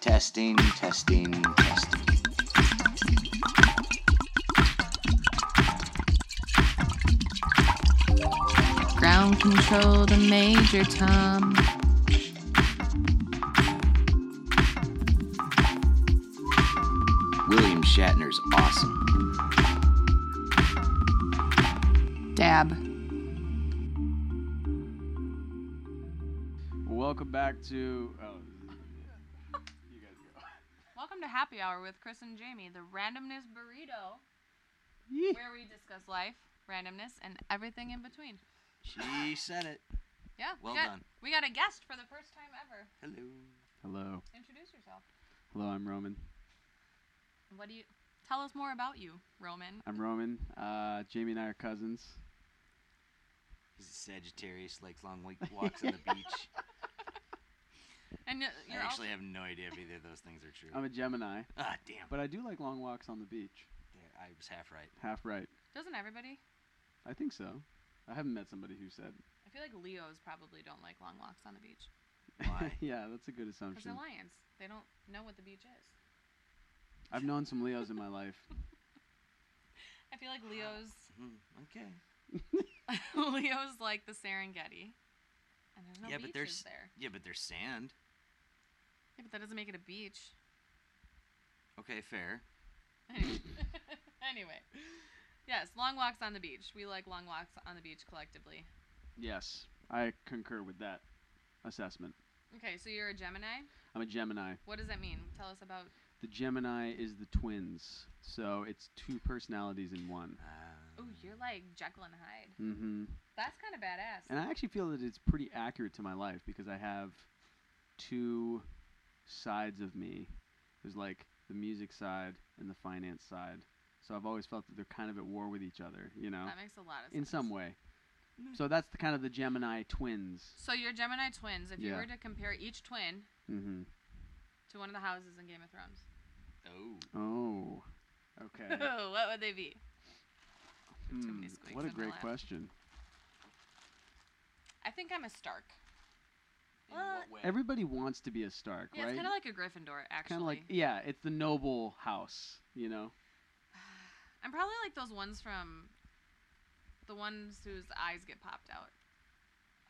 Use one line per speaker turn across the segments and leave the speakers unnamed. Testing, testing, testing.
Ground control to Major Tom.
William Shatner's awesome.
Dab.
Welcome back to. Oh, you guys go.
Welcome to Happy Hour with Chris and Jamie, the randomness burrito, where we discuss life, randomness, and everything in between.
She said it.
Yeah.
Well
we got,
done.
We got a guest for the first time ever.
Hello.
Hello.
Introduce yourself.
Hello, I'm Roman.
What do you? Tell us more about you, Roman.
I'm Roman. Uh, Jamie and I are cousins.
He's a Sagittarius, likes long wa- walks on the beach.
And uh,
I
you're
actually have no Oh. idea if either of those things are true.
I'm a Gemini,
ah, damn.
but I do like long walks on the beach.
Yeah, I was half right.
Half right.
also, doesn't everybody?
I think so. I haven't met somebody who said.
I feel like Leos probably don't like long walks on the beach
Why?
yeah, that's a good
because
assumption.
they're lions. They don't know what the beach is.
I've known some Leos in my life.
I feel like Leos,
Hmm, okay.
Leos like the Serengeti, and there's no
Yeah, but there's-
beaches there.
Yeah, but there's sand.
Yeah, but that doesn't make it a beach.
Okay, fair.
anyway. Yes, long walks on the beach. We like long walks on the beach collectively.
Yes, I concur with that assessment.
Okay, so you're a Gemini.
I'm a Gemini.
What does that mean? Tell us about.
The Gemini is the twins, so it's two personalities in one.
Uh,
Oh, you're like Jekyll and Hyde.
hmm
That's kind of badass.
And I actually feel that it's pretty accurate to my life because I have two sides of me. There's like the music side and the finance side. So I've always felt that they're kind of at war with each other, you know,
that makes a lot of sense.
in some way. So that's the kind of the Gemini twins.
So you're Gemini twins. If you
Yeah.
were to compare each twin
Mm-hmm.
to one of the houses in Game of Thrones,
oh.
Oh, okay.
what would they be?
Hmm,
many squeaks
What a
in my
great
laugh.
question.
I think I'm a Stark.
In
What?
what way?
Everybody wants to be a Stark,
Yeah,
right?
it's kind of like a Gryffindor, actually.
Kinda like yeah, it's the noble house, you know.
I'm probably like those ones from the ones whose eyes get popped out.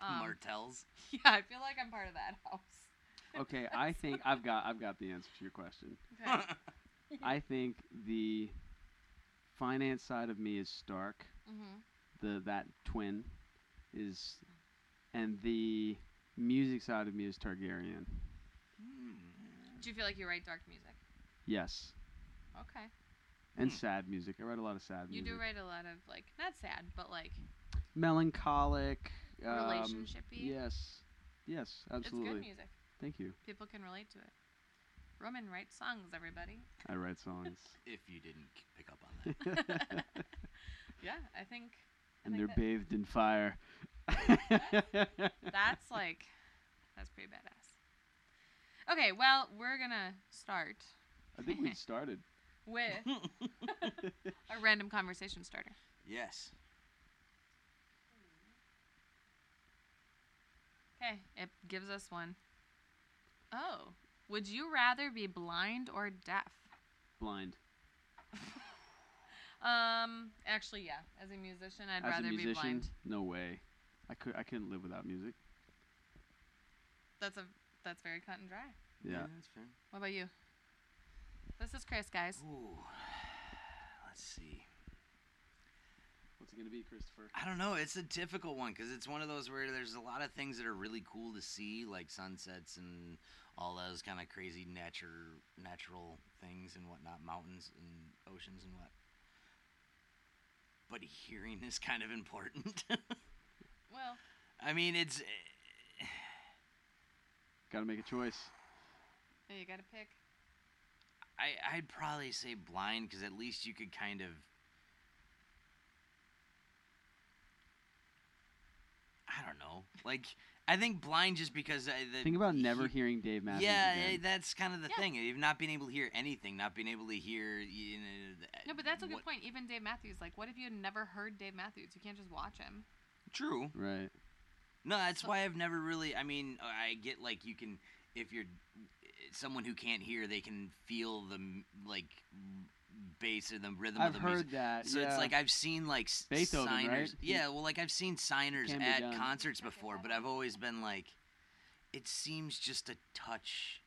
Um,
Martels.
yeah, I feel like I'm part of that house.
Okay, I think I've got I've got the answer to your question.
um,
Okay.
I think the finance side of me is Stark.
hmm
The that twin is, and the music side of me is Targaryen.
Hmm.
Do you feel like you write dark music?
Yes,
Okay.
and
Hmm.
sad music. I write a lot of sad
You
music.
do write a lot of like not sad, but like
melancholic. Um,
Relationshipy?
Yes, yes,
it's
absolutely.
good music.
Thank you.
People can relate to it. Roman writes songs, everybody.
I write songs,
If you didn't c- pick up on that.
Yeah, I think. I
and
think
they're
that-
bathed in fire.
That's like, that's pretty badass. Okay, well, we're gonna start
I think we started.
with a random conversation starter.
yes.
Okay, it gives us one. Oh, would you rather be blind or deaf?
Blind.
Um, actually, yeah. As a musician, I'd
As a
rather be
musician,
blind.
no way. I could I couldn't live without music.
That's a that's very cut and dry.
Yeah.
that's fair.
What about you? This is Chris, guys.
Ooh. Let's see.
What's it gonna be, Christopher?
I don't know. It's a difficult one because it's one of those where there's a lot of things that are really cool to see, like sunsets and all those kind of crazy nature, natural things and whatnot, mountains and oceans and what. But hearing is kind of important.
Well,
I mean, it's
Gotta make a choice.
yeah, you gotta pick.
I I'd probably say blind because at least you could kind of. I don't know. Like I think blind just because I, the,
Think about never
he-
hearing Dave Matthews.
Yeah, eh,
again.
that's kind of the
Yeah.
thing. You've not being able to hear anything, not being able to hear. You know, the- eh,
No, but that's a good
what-
point. Even Dave Matthews, like, what if you had never heard Dave Matthews? You can't just watch him.
True.
Right.
No, that's
So-
uh, why I've never really. I mean, I get like you can if you're eh, someone who can't hear they can feel the m- like m- bass or the rhythm
I've
of the
heard
music.
that.
So it's
yeah.
like I've seen like s-
Beethoven,
signers.
right? He-
Yeah, well, like I've seen signers
Can be
at
done.
concerts before, but I've always been like, it seems just a touch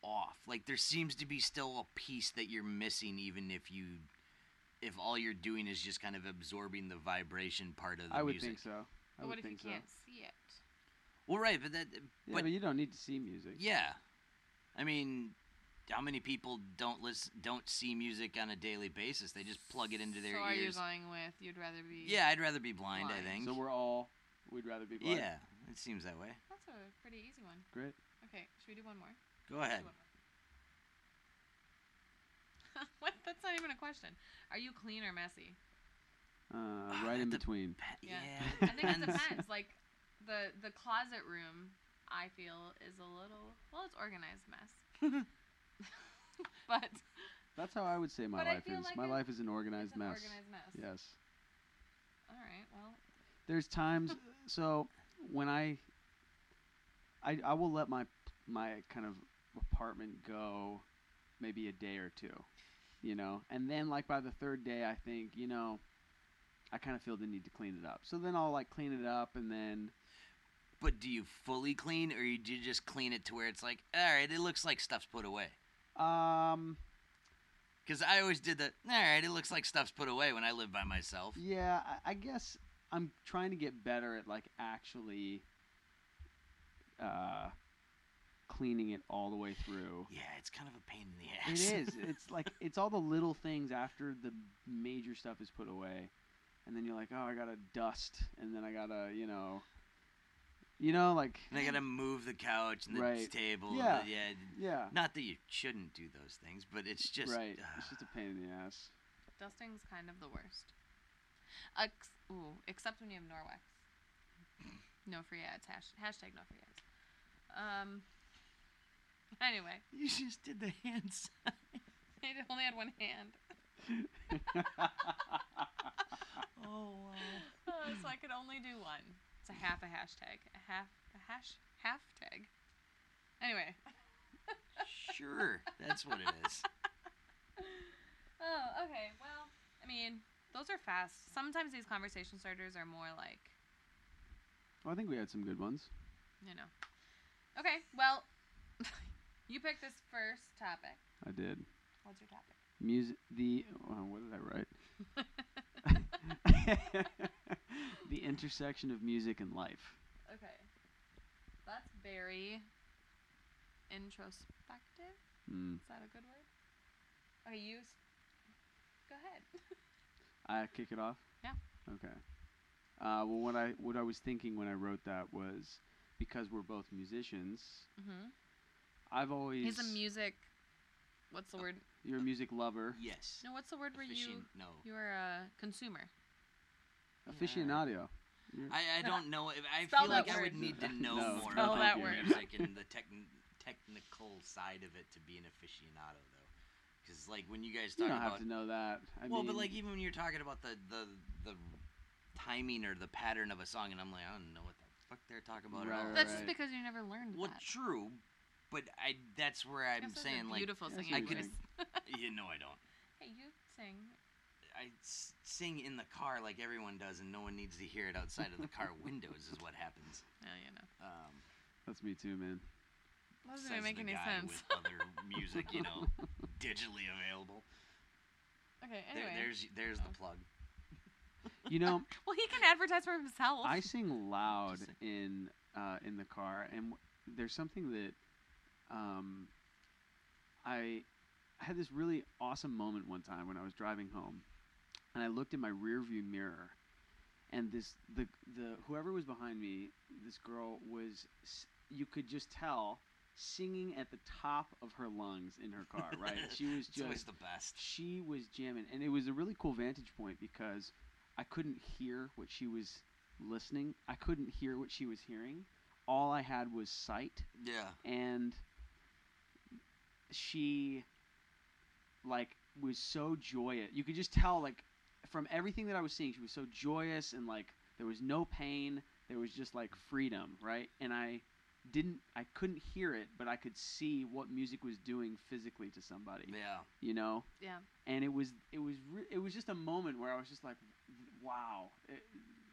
off. Like there seems to be still a piece that you're missing, even if you, if all you're doing is just kind of absorbing the vibration part of the
I would
music.
think so. I
But
would
what if you
think so.
can't see it?
Well, right, but that,
Yeah,
but
but you don't need to see music.
Yeah, I mean, how many people don't listen, don't see music on a daily basis? They just plug it into their
so are you
ears.
going with you'd rather be?
Yeah, I'd rather be blind.
Blind.
I think.
So we're all. We'd rather be blind.
yeah, it seems that way.
That's a pretty easy one.
Great.
Okay, should we do one more?
Go ahead.
what? That's not even a question. Are you clean or messy?
Uh,
Ah,
right in
that dep-
between.
Pa-
Yeah.
yeah,
I think it
depends.
depends. Like the the closet room, I feel is a little well, it's organized mess. but
That's how I would say my
But I
life
feel
is.
like
my
it-
life is an
it's
organized
an
mess.
organized mess.
Yes.
All right. Well,
There's times. so when I, I I will let my my kind of apartment go, maybe a day or two, you know, and then like by the third day, I think you know. I kind of feel the need to clean it up. So then I'll like clean it up and then
But do you fully clean, or you- do you just clean it to where it's like, all right, it looks like stuff's put away?
um
Because I always did the, all right, it looks like stuff's put away when I lived by myself.
Yeah, I, I guess I'm trying to get better at like actually uh, cleaning it all the way through.
Yeah, it's kind of a pain in the
It
ass.
is. It's like it's all the little things after the major stuff is put away, and then you're like, oh, I gotta dust, and then I gotta, you know, you know, like
and I gotta move the couch and the
Right.
table. and
Yeah.
the- yeah.
yeah,
Not that you shouldn't do those things, but it's just.
right.
ah,
It's just a pain in the ass.
dusting's kind of the worst. Ex- ooh, except when you have Norwex. No free ads. Hash- hashtag no free ads. Um. Anyway,
you just did the hands.
I only had one hand,
Oh wow.
Uh, so I could only do one. It's a half a hashtag. A half a hash half tag. Anyway.
Sure, that's what it is.
Oh, okay. Well, I mean, those are fast. Sometimes these conversation starters are more like,
Well, I think we had some good ones.
you know. Okay, well, you pick this first topic.
I did
What's your topic?
music. The oh, what did I write? the intersection of music and life.
Okay. That's very introspective.
Mm.
Is that a good word? Okay, you s- go ahead.
I kick it off.
Yeah.
Okay. Uh, well, what I what I was thinking when I wrote that was because we're both musicians.
Mm-hmm.
I've always
He's a music. What's the word?
you're a music lover,
Yes.
No, what's the word where you
Oh. Efficient- No.
you are a consumer?
aficionado.
I, I don't know. If, I
Spell
feel like
that
I would
word.
need to know
No,
more
Spell
about
that word.
music and the techn- technical side of it to be an aficionado, though. Because like when you guys
You
talk
don't
about
have to know that. I
well,
mean,
but like even when you're talking about the the the timing or the pattern of a song, and I'm like, I don't know what the fuck they're talking about
Right,
at all.
That's
Right.
just because you never learned
well,
that.
true, but I that's where I'm
Yes, that's a
saying like
beautiful
Yes,
singing.
you
I
were
could
voice.
saying.
you know I don't.
Hey, you sing.
I s- sing in the car like everyone does, and no one needs to hear it outside of the car windows. Is what happens.
No, you know.
Um,
that's me too, man.
That doesn't
says
even make
the
any
guy
sense.
with other music, you know, digitally available.
Okay,
There,
anyway.
there's there's the
Oh.
plug.
You know,
well, he can advertise for himself.
I sing loud
Interesting.
in uh, in the car, and w- there's something that um, I I had this really awesome moment one time when I was driving home, and I looked in my rearview mirror, and this the the whoever was behind me, this girl was s- you could just tell singing at the top of her lungs in her car. Right, she was
It's always
just
the best.
she was jamming and it was a really cool vantage point because i couldn't hear what she was listening i couldn't hear what she was hearing all i had was sight
Yeah.
and she like was so joyous you could just tell like from everything that i was seeing she was so joyous and like there was no pain there was just like freedom right and i didn't I couldn't hear it, but I could see what music was doing physically to somebody.
Yeah.
You know,
Yeah.
and it was it was re- it was just a moment where I was just like, wow, it,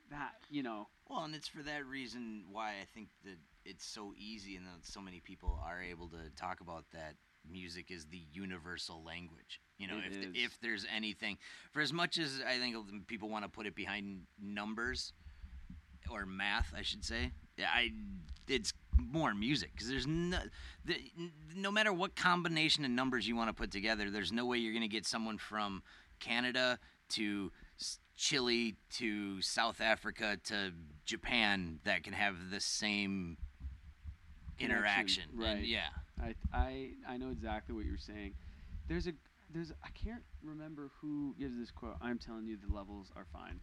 that you know,
Well, and it's for that reason why I think that it's so easy and that so many people are able to talk about that music is the universal language. You know,
It
if,
is.
the, if there's anything, for as much as I think people want to put it behind numbers or math, I should say, yeah, I it's more music because there's no, the, no matter what combination of numbers you want to put together, there's no way you're going to get someone from Canada to s- Chile to South Africa to Japan that can have the same
Connection,
interaction. And
right.
yeah.
I I I know exactly what you're saying. There's a there's I can't remember who gives this quote. I'm telling you, the levels are fine.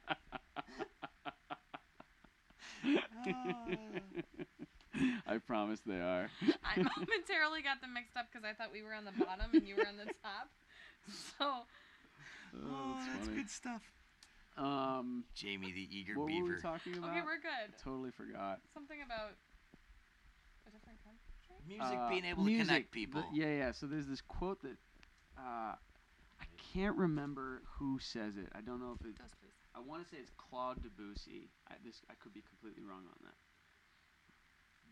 I promise they are.
I momentarily got them mixed up because I thought we were on the bottom and you were on the top. So
Oh, that's funny.
stuff.
Um,
Jamie the Eager
what
Beaver.
were we talking about?
okay, we're good.
totally forgot.
Something about a different country.
music
Uh,
being able
music,
to connect
the-
people.
yeah, yeah. So there's this quote that uh, I can't remember who says it. I don't know if it.
Those please.
I want to say it's Claude Debussy. I, this I could be completely wrong on that.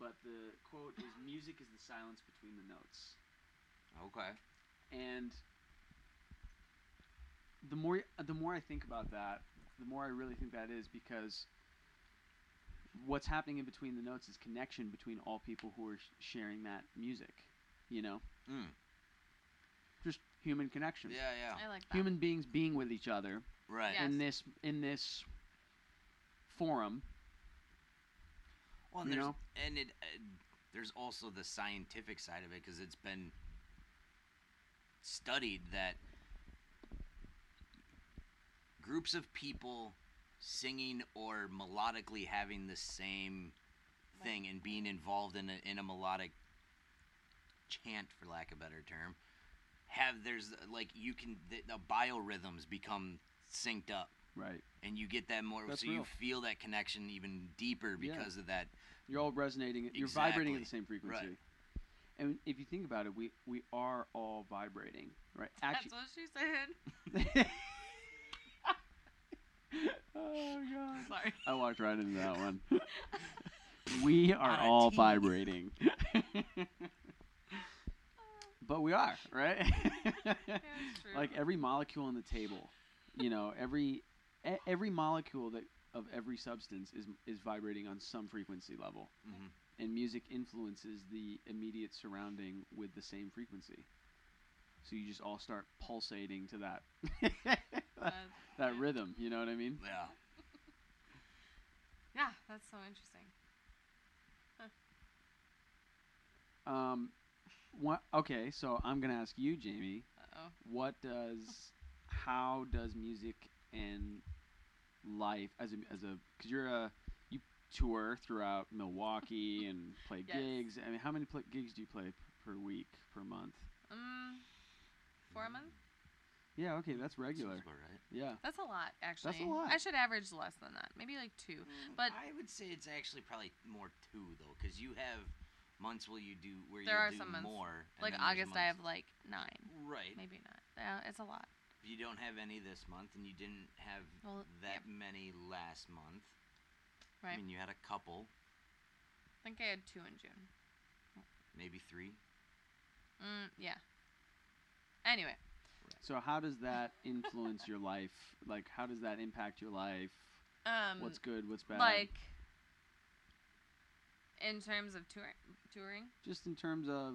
But the quote is "Music is the silence between the notes,"
Okay.
and the more y- the more I think about that, the more I really think that is because what's happening in between the notes is connection between all people who are sh- sharing that music. You know,
Mm.
just human connection.
Yeah, yeah.
I like that.
Human beings being with each other
Right.
Yeah.
in
Yes.
this in this forum.
Well, and
You
there's,
know?
and it uh, there's also the scientific side of it because it's been studied that groups of people singing or melodically having the same thing and being involved in a, in a melodic chant for lack of a better term have there's uh, like you can the, the biorhythms become synced up
Right.
and you get that more
That's
so
real.
you feel that connection even deeper
Yeah.
because of that
You're all resonating. You're vibrating at the
Exactly.
same frequency.
Right.
And if you think about it, we we are all vibrating, right?
That's
Actually.
what she said.
oh god.
Sorry.
I walked right into that one. we are
Not a
all
tease.
vibrating. but we are, right?
Yeah, it's true.
like every molecule on the table you know every e- every molecule that of every substance is is vibrating on some frequency level
Mhm.
and music influences the immediate surrounding with the same frequency so you just all start pulsating to that that,
That's-
that rhythm you know what i mean
yeah
yeah, that's so interesting.
um what, okay so i'm going to ask you jamie
Uh oh.
what does how does music and life as a as a because you're a you tour throughout Milwaukee and play
Yes.
gigs. I mean, how many pl- gigs do you play per week per month?
Um, four a
Mm.
month?
Yeah, okay, that's regular.
Sounds about right.
Yeah,
That's a lot, actually.
lot.
I should average less than that. Maybe like two. Mm. But-
I would say it's actually probably more two though, because you have months where you do where
There
you'll
are
do
some months.
more. and
Like
then there's
August, I have
months-
like nine.
right.
Maybe not. Yeah, it's a lot.
You don't have any this month, and you didn't have
Well,
that many last month.
Right.
I mean, you had a couple,
I think I had two in June.
maybe three.
Mm, yeah. Anyway,
so how does that influence your life? Like, how does that impact your life?
um,
What's good? What's bad?
like in terms of tour- touring,
just in terms of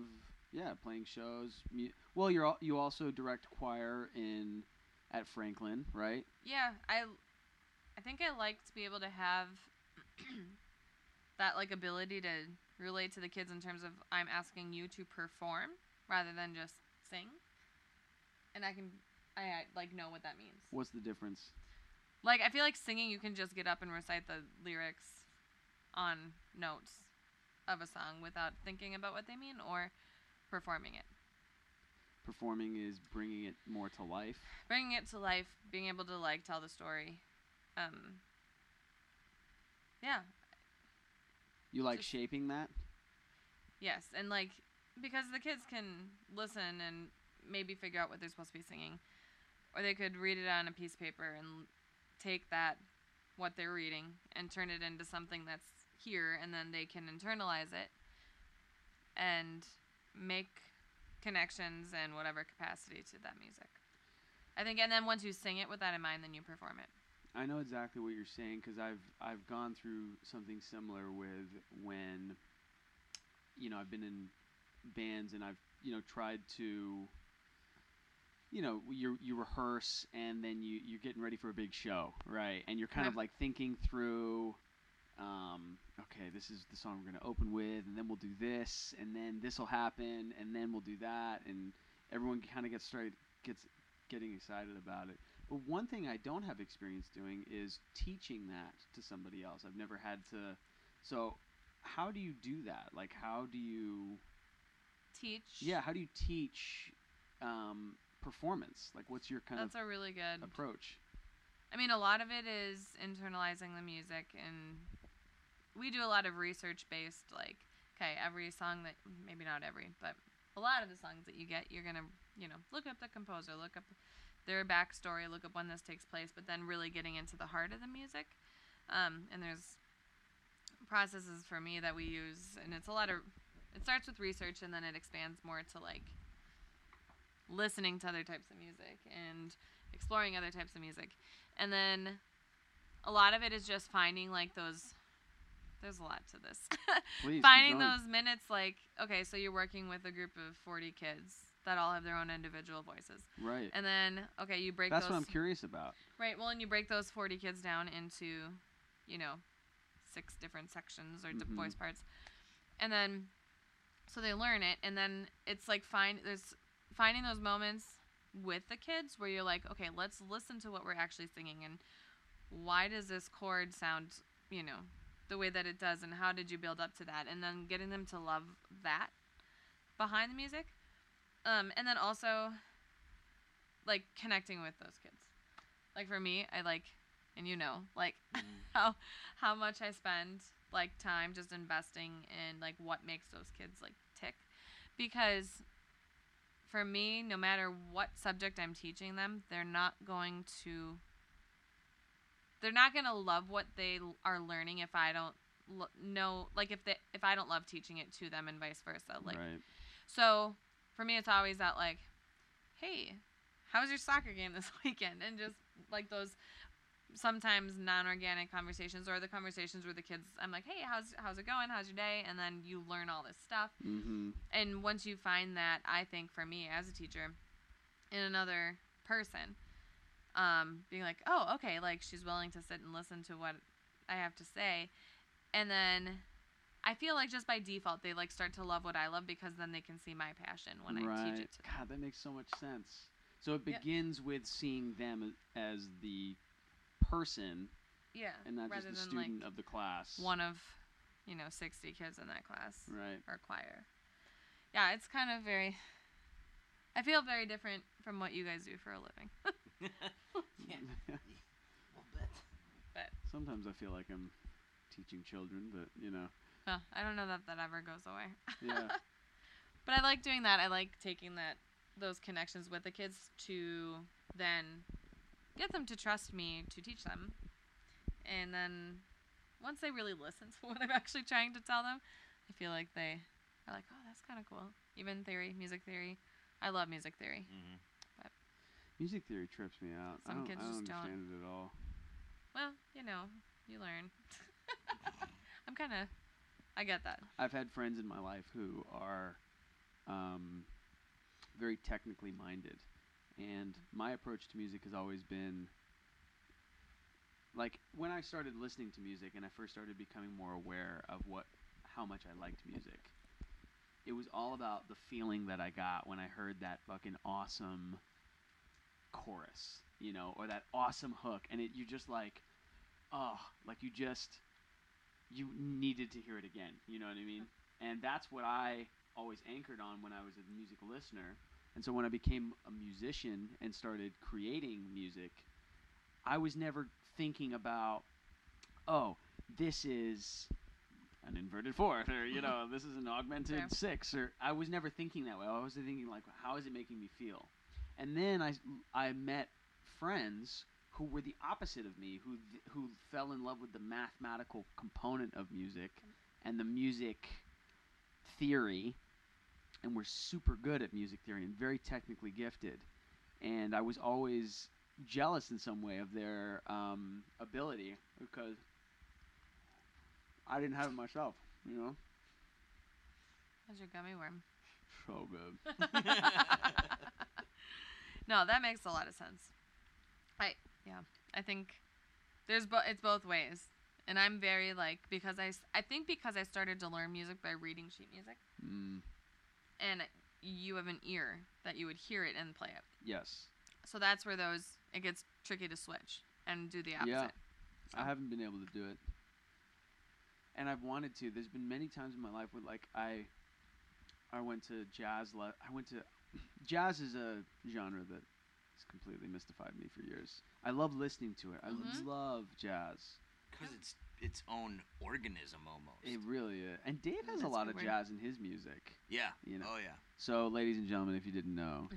yeah, playing shows. Mu- well, you're al- you also direct choir in at Franklin, right?
yeah, I, I think I like to be able to have that like ability to relate to the kids in terms of I'm asking you to perform rather than just sing, and I can I uh, like know what that means.
What's the difference?
Like I feel like singing, you can just get up and recite the lyrics on notes of a song without thinking about what they mean or performing it.
Performing is bringing it more to life.
Bringing it to life, being able to like tell the story, um, Yeah.
You like
Just-
shaping that?
Yes, and like because the kids can listen and maybe figure out what they're supposed to be singing, or they could read it on a piece of paper and take that what they're reading and turn it into something that's here, and then they can internalize it and make connections in whatever capacity to that music. I think, and then once you sing it with that in mind, then you perform it.
I know exactly what you're saying because I've I've gone through something similar with when, you know, I've been in bands and I've you know tried to. You know, you you rehearse and then you you're getting ready for a big show, right? And you're kind of
Yeah.
like thinking through, um, okay, this is the song we're gonna open with, and then we'll do this, and then this will happen, and then we'll do that, and everyone kind of gets started gets getting excited about it. But one thing I don't have experience doing is teaching that to somebody else. I've never had to. So, how do you do that? Like, how do you?
Teach.
Yeah, how do you teach um, performance? Like, what's your kind
That's
of
a really good
approach?
I mean, a lot of it is internalizing the music, and we do a lot of research based, like, okay, every song that, maybe not every, but a lot of the songs that you get, you're going to, you know, look up the composer, look up their backstory, look up when this takes place, but then really getting into the heart of the music. Um, and there's processes for me that we use, and it's a lot of, it starts with research and then it expands more to like listening to other types of music and exploring other types of music and then a lot of it is just finding like those there's a lot to this
Please keep
finding
going.
those minutes like okay so you're working with a group of 40 kids that all have their own individual voices
right.
and then okay you break
That's
those
what I'm curious about.
right well and you break those 40 kids down into you know six different sections or di
Mhm.
voice parts and then so they learn it and then it's like find there's finding those moments with the kids where you're like okay let's listen to what we're actually singing and why does this chord sound you know the way that it does and how did you build up to that and then getting them to love that behind the music um, and then also like connecting with those kids like for me i like and you know like
Mm-hmm.
how how much i spend like time just investing in like what makes those kids like tick because for me no matter what subject i'm teaching them they're not going to they're not going to love what they l- are learning if i don't lo- know like if they if i don't love teaching it to them and vice versa like
right.
so for me, it's always that like, hey, how was your soccer game this weekend? And just like those sometimes non-organic conversations or the conversations where the kids, I'm like, hey, how's how's it going? How's your day? And then you learn all this stuff.
Mm-hmm.
And once you find that, I think for me as a teacher, in another person, um, being like, oh, okay, like she's willing to sit and listen to what I have to say, and then I feel like just by default they like start to love what I love because then they can see my passion when
right.
I teach it to them.
God, that makes so much sense. So it
Yeah.
begins with seeing them a- as the person
Yeah,
and not
rather
just the
than
student
like
of the class.
one of, you know, sixty kids in that class.
Right.
or choir. Yeah, it's kind of very. I feel very different from what you guys do for a living.
yeah, a little bit.
Sometimes I feel like I'm teaching children, but you know,
Well, I don't know that that ever goes away.
yeah,
But I like doing that. I like taking that those connections with the kids to then get them to trust me to teach them. And then once they really listen to what I'm actually trying to tell them, I feel like they are like, "Oh, that's kind of cool." Even theory, music theory. I love music theory.
Mhm.
music theory trips me out. I
Some
don't,
kids
I don't
just don't.
understand it at all.
Well, you know, you learn. I'm kind of I get that.
I've had friends in my life who are um, very technically minded, and my approach to music has always been like when I started listening to music and I first started becoming more aware of what how much I liked music. It was all about the feeling that I got when I heard that fucking awesome chorus, you know, or that awesome hook, and it you just like, oh, like you just you needed to hear it again. You know what I mean? And that's what I always anchored on when I was a music listener. And so when I became a musician and started creating music, I was never thinking about, oh, this is an inverted fourth, or you know, this is an augmented
Fair.
six, or I was never thinking that way. I was thinking like, how is it making me feel? And then I, s- I met friends who were the opposite of me, who th- who fell in love with the mathematical component of music, and the music theory, and were super good at music theory and very technically gifted. And I was always jealous in some way of their um, ability because I didn't have it myself, you know.
How's your gummy worm?
So good.
no, that makes a lot of sense. I yeah, I think there's bo- it's both ways, and I'm very like because I s- I think because I started to learn music by reading sheet music,
Mm,
and you have an ear that you would hear it and play it.
yes,
So that's where those it gets tricky to switch and do the opposite.
Yeah. I haven't been able to do it, and I've wanted to. There's been many times in my life where like I, I went to jazz. Le- I went to jazz is a genre that has completely mystified me for years. I love listening to it. I
Mhm.
love jazz.
Because it's its own organism almost.
It really is. And Dave
Mm,
has a
that's a
lot
good
of
word.
jazz in his music.
yeah.
You know.
Oh yeah.
So, ladies and gentlemen, if you didn't know,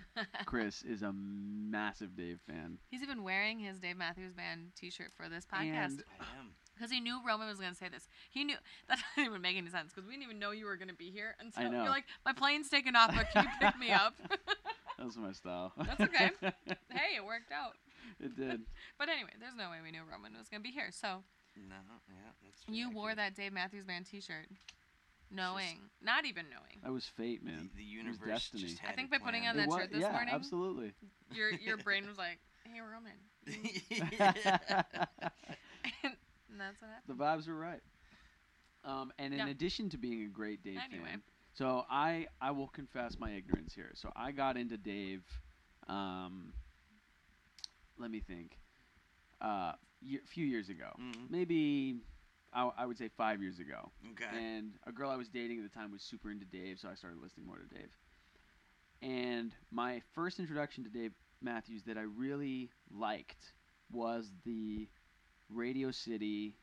Chris is a massive Dave fan.
He's even wearing his Dave Matthews Band T-shirt for this podcast.
And
I am.
Because he knew Roman was going to say this. He knew that doesn't even make any sense because we didn't even know you were going to be here until
know.
you're like, my plane's taking off, but can you pick me up?
That's my style.
That's okay. hey, it worked out.
it did.
But anyway, there's no way we knew Roman was going to be here. So
No. Yeah. That's
you
accurate.
wore that Dave Matthews Band T-shirt, knowing, not even knowing.
That was fate,
The,
man.
the
It was
universe
destiny.
just
I
had
think
it
by putting on
planned.
that
It wa-
shirt this
yeah,
morning?
absolutely.
Your your brain was like, hey, Roman,
Mm,
and that's what
the
happened.
vibes were right. Um, and in
Yeah.
addition to being a great Dave
Anyway.
fan, so I I will confess my ignorance here. So I got into Dave. Um, let me think. Uh, a few years ago,
Mhm.
maybe I, I would say five years ago.
okay.
And a girl I was dating at the time was super into Dave, so I started listening more to Dave. And my first introduction to Dave Matthews that I really liked was the Radio City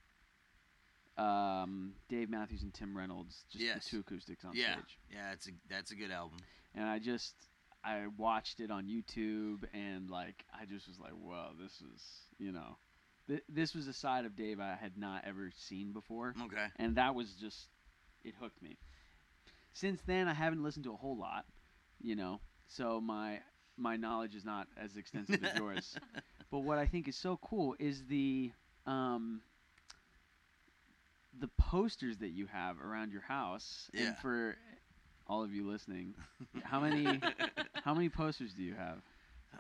um, Dave Matthews and Tim Reynolds, just
Yes.
the two acoustics on
Yeah.
stage.
Yeah. It's a that's a good album.
And I just I watched it on YouTube and like I just was like, "Whoa, this is, you know, th- this was a side of Dave I had not ever seen before."
Okay.
and that was just it hooked me since then i haven't listened to a whole lot you know so my my knowledge is not as extensive as yours but what i think is so cool is the um the posters that you have around your house
Yeah.
and for all of you listening how many how many posters do you have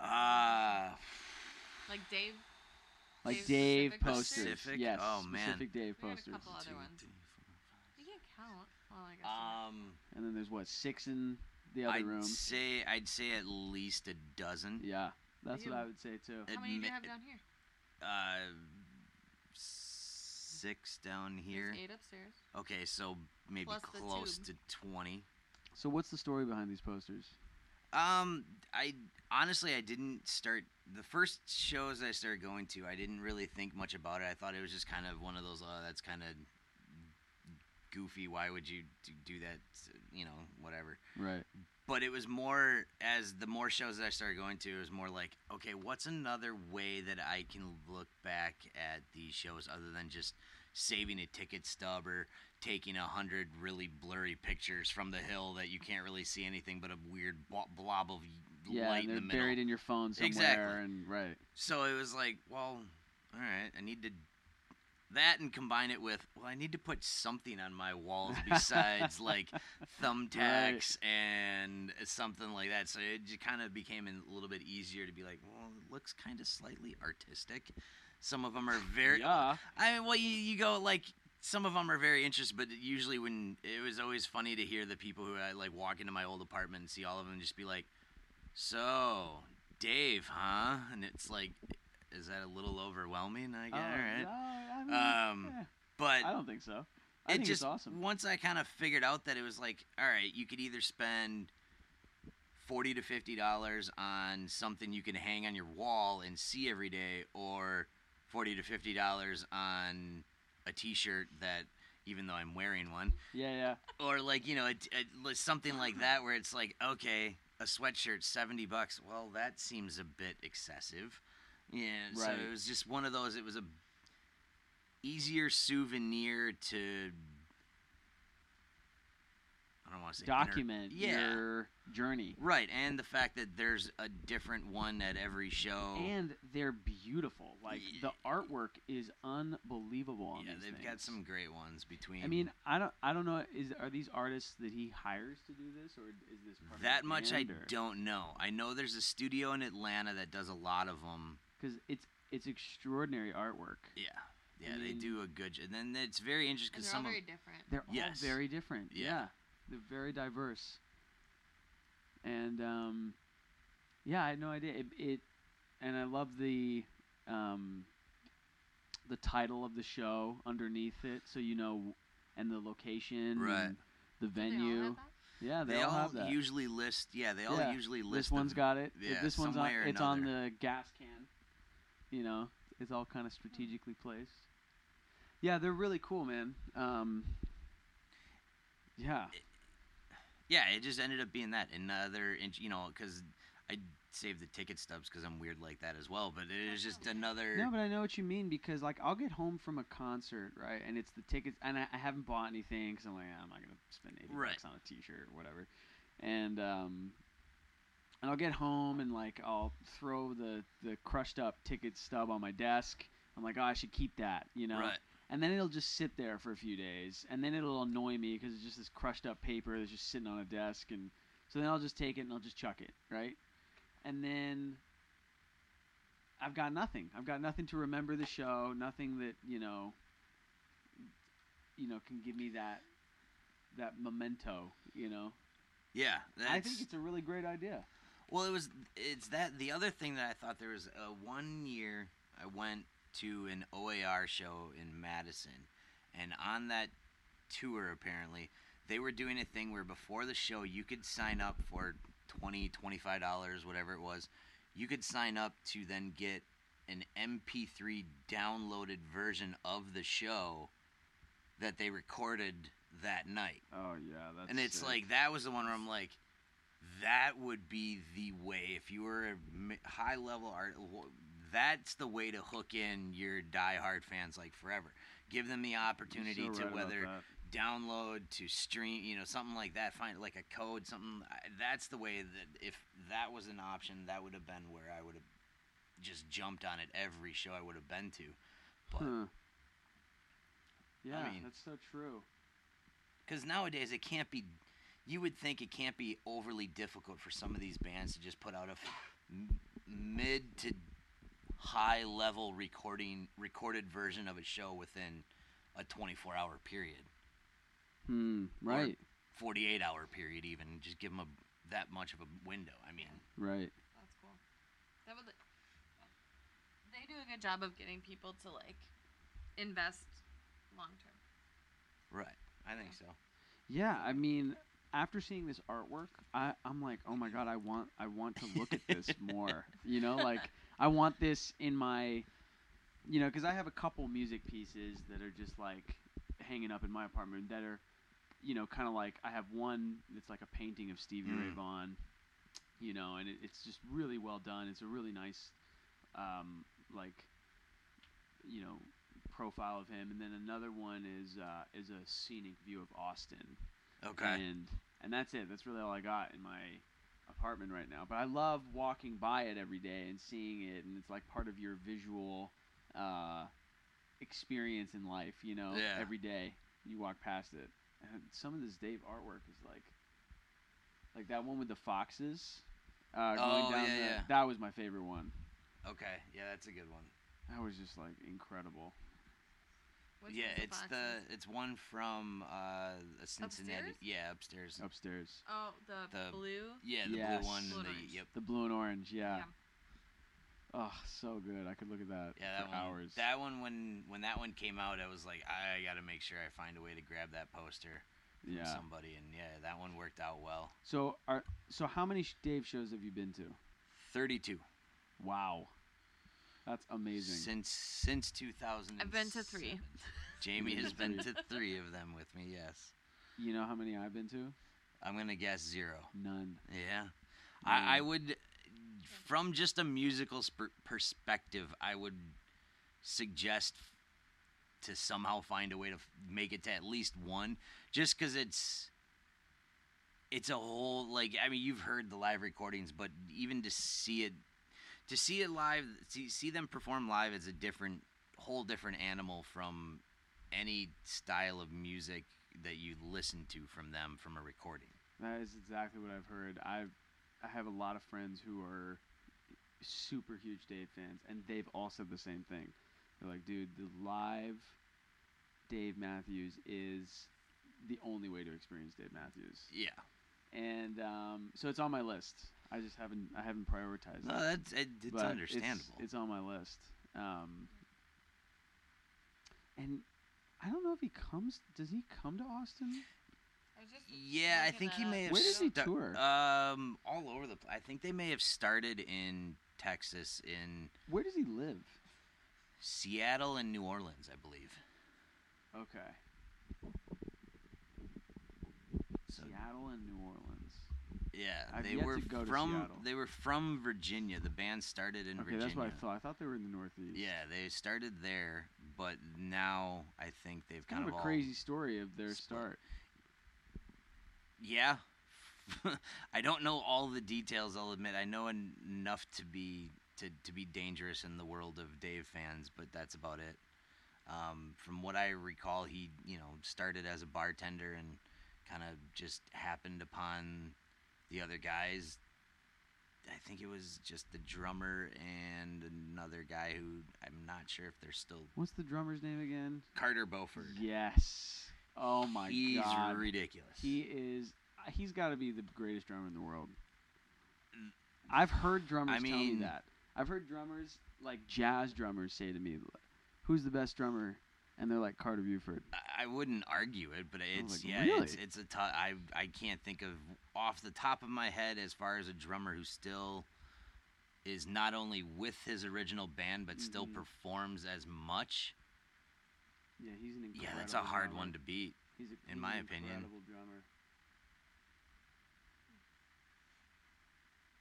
Ah.
Like Dave,
like
Dave
dave
Specific
posters
Specific?
yes
Oh, man.
specific dave
We have a
posters
couple other
two,
ones.
three, four,
you can't count. Well, I guess. you might.
Um,
and then there's what six in the other
I'd
room
say I'd say at least a dozen.
yeah that's what
Yeah.
i would say too
How many do you
admit-
have down here?
Uh, six down here.
There's eight upstairs.
Okay, so maybe
Plus the
close to
tube.
twenty.
So what's the story behind these posters?
Um, I honestly I didn't start the first shows I started going to. I didn't really think much about it. I thought it was just kind of one of those. Oh, that's kind of goofy. Why would you do- do that? You know, whatever.
Right.
but it was more as the more shows that I started going to, it was more like, okay, what's another way that I can look back at these shows other than just saving a ticket stub or taking a hundred really blurry pictures from the hill that you can't really see anything but a weird blo- blob of
Yeah,
light
and
in
they're
the middle.
buried in your phone somewhere.
Exactly.
And right.
so it was like, well, all right, I need to that and combine it with well, I need to put something on my walls besides like thumbtacks and something like that. So it just kind of became a little bit easier to be like, well, it looks kind of slightly artistic. Some of them are very
yeah.
I mean, well, you, you go like some of them are very interesting, but usually when it was always funny to hear the people who I like walk into my old apartment and see all of them and just be like, "So, Dave, huh?" And it's like, is that a little overwhelming? I guess.
Oh,
all right,
no, I mean,
Um,
yeah,
but
I don't think so. I
it
think
just
it's awesome.
once I kind of figured out that it was like, all right, you could either spend forty to fifty dollars on something you can hang on your wall and see every day, or forty to fifty dollars on a T-shirt that, even though I'm wearing one,
Yeah, yeah.
or like you know a t- a- li- something like that where it's like okay a sweatshirt 70 bucks well that seems a bit excessive yeah so
Right.
it was just one of those it was a easier souvenir to i don't want to say inter-
Document
yeah
your journey.
right and the fact that there's a different one at every show
And they're beautiful. Like
Oh. Ye-
the artwork is unbelievable on
yeah
these
they've got
things.
some great ones between
I mean, I don't, I don't know. Is are these artists that he hires to do this, or is this part
that
of the
much i
band, or-
don't know i know there's a studio in atlanta that does a lot of them
because it's it's extraordinary artwork.
Yeah, yeah, they
mean-
do a good. j- And then it's very interesting
Mm. And
because
they're all
some of
very different.
They're
Yes.
all very different.
Yeah.
Yeah. they're very diverse. And um, yeah, I had no idea. It, it and I love the um, the title of the show underneath it, so you know, and the location,
Right.
and the
Do they all have
venue.
that?
Yeah, they, all, have that.
usually list. Yeah, they all
Yeah,
usually list.
this one's
them.
got it.
yeah,
this one's
some
on.
way or
It's on the gas can. You know, it's all kind of strategically placed. Yeah, they're really cool, man. Um, yeah,
Yeah, it just ended up being that another. in- You know, because I saved the ticket stubs because I'm weird like that as well. But it is just another.
No, but I know what you mean because like I'll get home from a concert, right? And it's the tickets, and I, I haven't bought anything because I'm like "Ah, I'm not gonna spend eighty
Right.
bucks on a T-shirt or whatever. And um, and I'll get home and like I'll throw the the crushed up ticket stub on my desk. I'm like, oh, I should keep that, you know.
Right.
And then it'll just sit there for a few days, and then it'll annoy me because it's just this crushed up paper that's just sitting on a desk, and so then I'll just take it and I'll just chuck it, right? And then I've got nothing. I've got nothing to remember the show. Nothing that you know, you know, can give me that that memento. You know,
Yeah, that's,
I think it's a really great idea.
Well, it was. It's that the other thing that I thought there was. Uh, one year I went to an OAR show in Madison, and on that tour apparently they were doing a thing where before the show you could sign up for 20 25 dollars whatever it was you could sign up to then get an mp3 downloaded version of the show that they recorded that night
Oh yeah, that's
and it's like that was the one where I'm like, that would be the way if you were a mi- high level art. wh- That's the way to hook in your diehard fans like forever. Give them the opportunity to whether download to stream, you know, something like that. Find like a code, something. I- That's the way that if that was an option, that would have been where I would have just jumped on it every show I would have been to. But
Yeah,
mean-
that's so true.
because nowadays it can't be you would think it can't be overly difficult for some of these bands to just put out a f- m- mid to high level recording recorded version of a show within a 24 hour period
Hmm. Right.
48 hour period even just give them a, that much of a window i mean
Right.
That's cool. That would. They do a good job of getting people to like invest long term.
right i think so
Yeah, I mean, after seeing this artwork, I, I'm like, oh my god, I want I want to look at this more. You know, like I want this in my, you know, because I have a couple music pieces that are just like hanging up in my apartment that are, you know, kind of like I have one that's like a painting of Stevie Ray
Mm.
Vaughan, you know, and it, it's just really well done. It's a really nice, um, like, you know, profile of him, and then another one is uh, is a scenic view of Austin
okay
and and that's it. That's really all I got in my apartment right now. But I love walking by it every day and seeing it, and it's like part of your visual uh, experience in life. You know,
Yeah.
every day you walk past it, and some of this Dave artwork is like, like that one with the foxes. Uh, going
Oh,
down
yeah,
the,
yeah.
That was my favorite one.
okay yeah that's a good one
That was just like incredible.
Which
yeah
one's
it's
boxes?
the it's one from uh a cincinnati
Upstairs?
yeah upstairs
Upstairs,
Oh, the,
the-
blue.
yeah the
Yes.
blue one and
Blue
the,
doors.
yep
the blue and orange. Yeah.
Yeah.
Oh, so good. I could look at that
Yeah, that
for
one.
hours.
That one when when that one came out, I was like, I gotta make sure I find a way to grab that poster from
yeah.
somebody, and yeah, that one worked out well.
So are so how many sh- Dave shows have you been to?
Thirty-two.
Wow, that's amazing.
Since since two thousand.
I've been to three.
Jamie has been
Three.
to three of them with me. Yes,
You know how many I've been to?
I'm gonna guess zero.
None.
Yeah, I, I
Mm.
would, from just a musical sp- perspective, I would suggest f- to somehow find a way to f- make it to at least one, just because it's it's a whole like I mean you've heard the live recordings, but even to see it to see it live, see see them perform live is a different whole different animal from any style of music that you listen to from them from a recording.
That is exactly what I've heard. I've I have a lot of friends who are super huge Dave fans, and they've all said the same thing. They're like, dude, the live Dave Matthews is the only way to experience Dave Matthews,
Yeah.
and um, so it's on my list. I just haven't I haven't prioritized
No,
it.
that's it, it's
but
understandable.
It's, on my list. Um, and I don't know if he comes. Does he come to Austin?
I was just
yeah, I
looking
think
that
he
up.
may have.
Where does he
sta-
tour?
Um, all over the. Pl- I think they may have started in Texas, in
Where does he live?
Seattle, and New Orleans, I believe.
Okay.
So
Seattle and New Orleans.
yeah,
I've
they
yet
were
to go to
from.
Seattle.
They were from Virginia. The band started in
okay,
Virginia.
that's what I thought. I thought they were in the Northeast.
Yeah, they started there, but now I think they've
Kind, of, a
all-
crazy story of their
split.
start.
Yeah. I don't know all the details, I'll admit. I know en- enough to be to, to be dangerous in the world of Dave fans, but that's about it. Um, from what I recall, he, you know, started as a bartender and kind of just happened upon the other guys. I think it was just the drummer and another guy who I'm not sure if they're still
What's the drummer's name again?
Carter Beauford.
Yes. Oh my
He's
god.
ridiculous.
he is. He's got to be the greatest drummer in the world. I've heard drummers tell me
mean-
that. I've heard drummers, like jazz drummers, say to me, "Who's the best drummer?" And they're like Carter Buford.
I- I wouldn't argue it, but it's
like,
yeah, it's
really?
it's a tough. I I can't think of off the top of my head as far as a drummer who still is not only with his original band but still
Mhm.
performs as much.
Yeah, he's an
Yeah,
incredible.
that's a hard
drummer.
one to beat.
He's a,
in
he's
my
an
opinion.
Incredible drummer.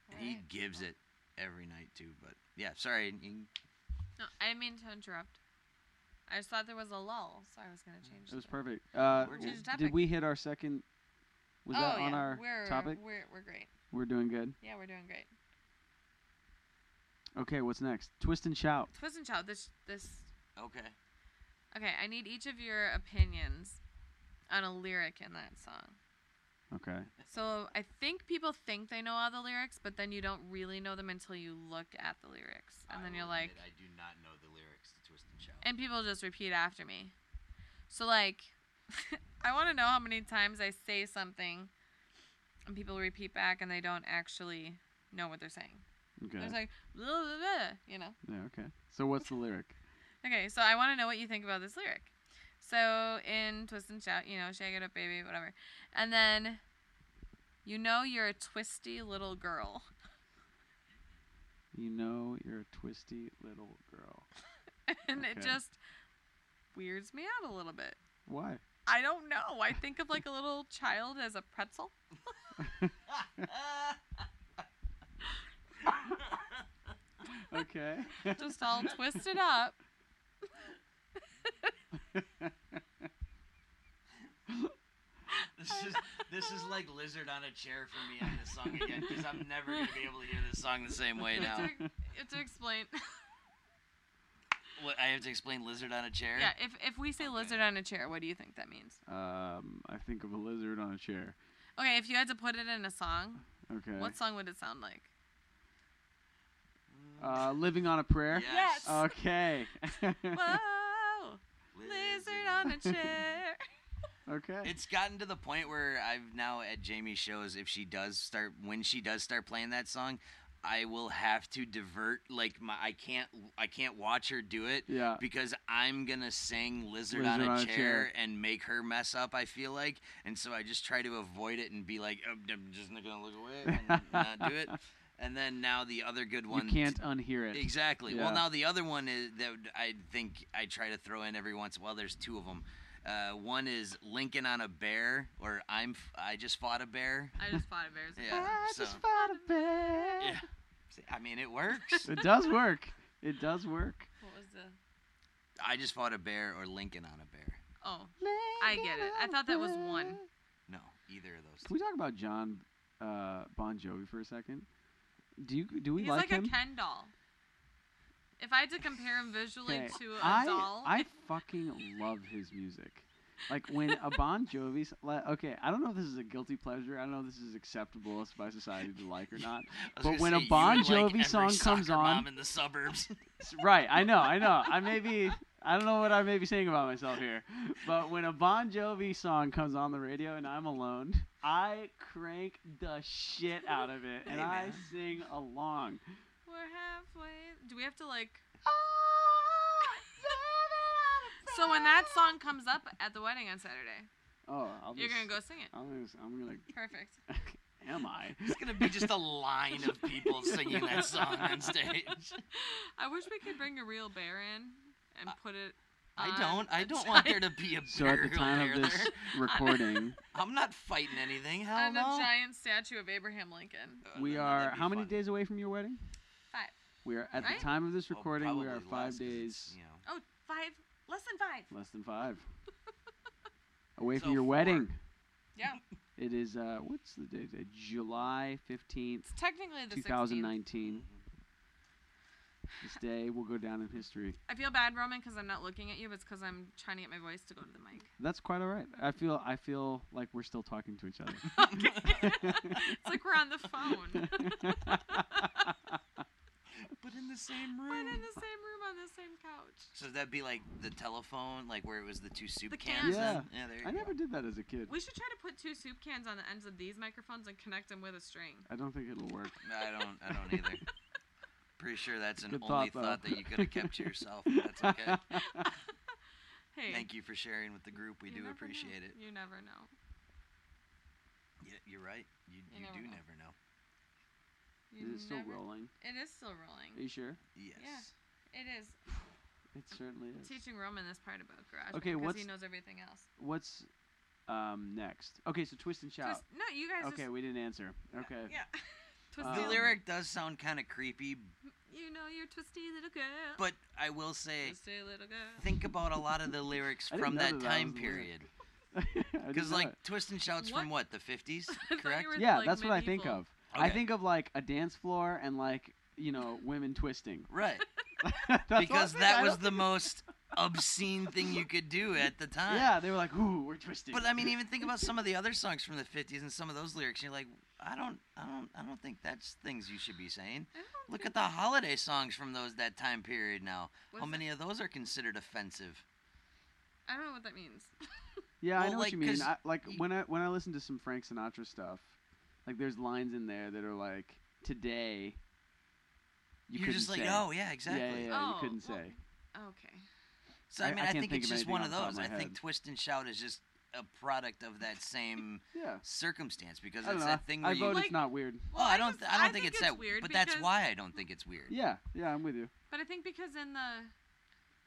And he
Right.
gives it every night too. But yeah, sorry. you-
No, I didn't mean to interrupt. I just thought there was a lull, so I was gonna
Mm.
change.
It was
the-
perfect. Uh,
We're
w-
just- Change
did
topic.
we hit our second? Was
oh,
that on
yeah.
our
we're,
topic?
We're we're great.
We're doing good.
Yeah, we're doing great.
Okay, what's next? Twist and shout.
Twist and shout. This this
Okay.
Okay, I need each of your opinions on a lyric in that song.
Okay.
So I think people think they know all the lyrics, but then you don't really know them until you look at the lyrics. And then you're like,
I do not know the lyrics to Twist and Shout.
and people just repeat after me. So, like, I want to know how many times I say something and people repeat back and they don't actually know what they're saying.
Okay.
There's like, blah, blah, blah, you know?
yeah. Okay. So what's the lyric?
Okay, so I want to know what you think about this lyric. So in Twist and Shout, you know, shake it up, baby, whatever. And then, you know, you're a twisty little girl.
You know you're a twisty little girl.
and it
Okay.
just weirds me out a little bit.
Why?
I don't know. I think of like a little child as a pretzel.
Okay.
just all twisted up.
This is this is like lizard on a chair for me on this song again because I'm never gonna be able to hear this song the same way
You
now.
have to, you have to explain.
What I have to explain lizard on a chair?
yeah, if, if we say
Okay.
lizard on a chair, what do you think that means?
um, I think of a lizard on a chair.
Okay, if you had to put it in a song,
Okay.
what song would it sound like?
uh, living on a prayer.
Mm, Yes.
Yes.
Okay.
Whoa, lizard on a chair.
okay.
It's gotten to the point where I've now at Jamie's shows if she does start when she does start playing that song, I will have to divert like my I can't I can't watch her do it
yeah.
because I'm gonna sing lizard, on, a, chair and make her mess up. I feel like, and so I just try to avoid it and be like, "Oh, I'm just not gonna look away and not do it. And then now the other good
You
one.
can't unhear it.
Exactly.
Yeah.
Well, now the other one is that I think I try to throw in every once in a while. There's two of them. Uh, one is Lincoln on a bear, or I'm f- I just fought a bear.
I just fought a bear's.
Yeah.
I
so-
just fought a bear.
Yeah. See, I mean, it works.
It does work. It does work.
What was the?
I just fought a bear, or Lincoln on a bear.
Oh, I get it. I thought that was one.
No, either of those.
Can we talk about John uh, Bon Jovi for a second? Do you do we
he's
like,
like,
him?
a Ken doll. If I had to compare him visually
Okay,
to a
I-
doll,
I fucking love his music. Like when a Bon Jovi, s- like, okay, I don't know if this is a guilty pleasure. I don't know if this is acceptable as by society to like or
I
not.
was
But
gonna
when a
say, you
Bon
and, like,
Jovi
every
song
soccer
comes on-
mom in the suburbs.
S- Right, I know, I know. I may be, I don't know what I may be saying about myself here, but when a Bon Jovi song comes on the radio and I'm alone, I crank the shit out of it and
Hey,
I
man.
sing along.
we're halfway. Do we have to like? so when that song comes up at the wedding on Saturday,
Oh, I'll
you're
just,
gonna go sing it.
I'm gonna, I'm gonna
Perfect.
Am I?
It's gonna be just a line of people singing that song on stage.
I wish we could bring a real bear in and put it.
I
on
don't. I
a
don't
giant-
want there to be a bear.
So at the time of this recording,
I'm not fighting anything. Hell
on
no.
a giant statue of Abraham Lincoln.
Uh,
we
then
are
that'd be
how many
fun.
days away from your wedding?
Five.
We are at
Right?
the time of this
Well,
recording. we are
probably
five
less 'cause it's,
days
You know,
Oh, five. Less than five.
less than five away from
So
your
four.
wedding.
Yeah.
It is uh, what's the date? today? July fifteenth,
It's technically the
two
16th.
thousand nineteen. This day will go down in history.
I feel bad, Roman, because I'm not looking at you, but it's because I'm trying to get my voice to go to the mic.
That's quite all right. I feel I feel like we're still talking to each other.
It's like we're on the phone.
but in the same
we're in
room.
the same room on the same couch.
So that'd be like the telephone, like where it was the two soup
The
cans.
cans.
then? yeah, there you
I
go.
never did that as a kid.
We should try to put two soup cans on the ends of these microphones and connect them with a string.
I don't think it'll work.
No, I don't. I don't either. Pretty sure that's an
Good
only
thought, though.
thought that you could have kept to yourself. But that's okay.
Hey,
Thank you for sharing with the group. We
you
do
never
appreciate
know.
it.
You never know.
Yeah, you're right. You, you,
You never
do
know.
never know.
You
Is it still
never-
rolling?
It is still rolling.
Are you sure?
Yes.
It is.
It certainly is.
Teaching Roman this part about garage.
Okay,
because
what's-
he knows everything else.
What's um, next? Okay, so twist and shout.
Twist- no, you guys.
okay,
Just,
we didn't answer. Okay.
yeah. Twisty.
Um,
the lyric does sound kind of creepy,
you know you're twisty little girl.
but I will say,
twisty little girl.
think about a lot of the lyrics
I didn't
from
know
that
that that
time
was a lyric.
period.
I didn't
Because
know
like
it.
twist and shouts from what the 50s,
I thought you
correct?
were with,
yeah,
like,
that's what I think
medieval.
of. I
Okay.
think of like a dance floor and like you know women twisting.
Right,
That's all I
because
think.
that
I
was
don't
the
think-
most obscene thing you could do at the time.
Yeah, they were like, "Ooh, we're twisting."
But I mean, even think about some of the other songs from the 50s and some of those lyrics. You're like, I don't, I don't, I don't think that's things you should be saying.
I don't
Look
think-
at the holiday songs from those that time period now.
What's
How
that?
many of those are considered offensive?
I don't know what that means.
yeah, I
well,
know
like,
what you mean.
'cause
I, like
you-
when I when I listen to some Frank Sinatra stuff, like there's lines in there that are like, "Today."
are
You couldn't
just like,
say.
oh yeah, exactly.
Yeah, yeah, yeah,
Oh,
you couldn't
well,
say.
Okay.
So I
I-
mean,
I
I,
can't
think,
think
it's
of
just one of
anything off
those.
the top
I
of my
think
head.
twist and shout is just a product of that same
Yeah.
circumstance because
I don't
it's
know.
that thing where
I
you.
vote
Like-
it's not weird.
oh, I don't.
just-
th- I don't think, it's, that.
weird.
but that's
because-
why I don't think it's weird.
Yeah, yeah, I'm with you.
But I think because in the,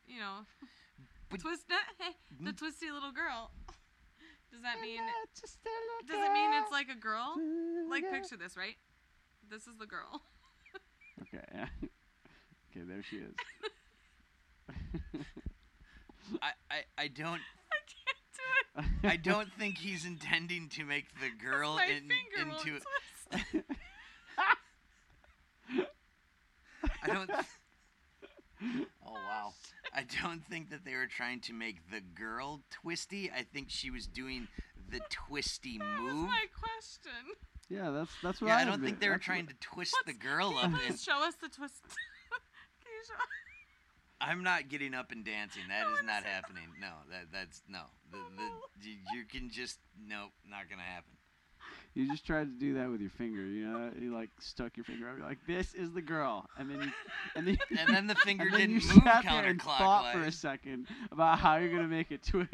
you know,
But- Mm.
twist the twisty little girl. Does that mean? Does it
it
mean it's like a girl? Oh, Like picture this, right? This is the girl.
Okay. yeah. okay, there she is.
I, I, I don't.
I can't do it.
I don't think he's intending to make the girl
My
in,
finger won't
into.
twist.
I don't. Oh wow! I don't think that they were trying to make the girl twisty. I think she was doing the twisty
That was
move.
my question.
Yeah, that's that's what
Yeah,
I
I don't
admit.
think they were
That's what-
trying to twist the
What's-
girl up.
Can you
in-
please show us the twist? Can you show?
I'm not getting up and dancing. That is
I'm
not
sorry.
happening. No, that that's no. The, the, you, you can just nope, not gonna happen.
You just tried to do that with your finger. You know, you like stuck your finger up. You're like, this is the girl, and then you, and then you,
And then the finger
and then
didn't
you
move
sat there and thought for a
counterclockwise,
second about how you're gonna make it twist.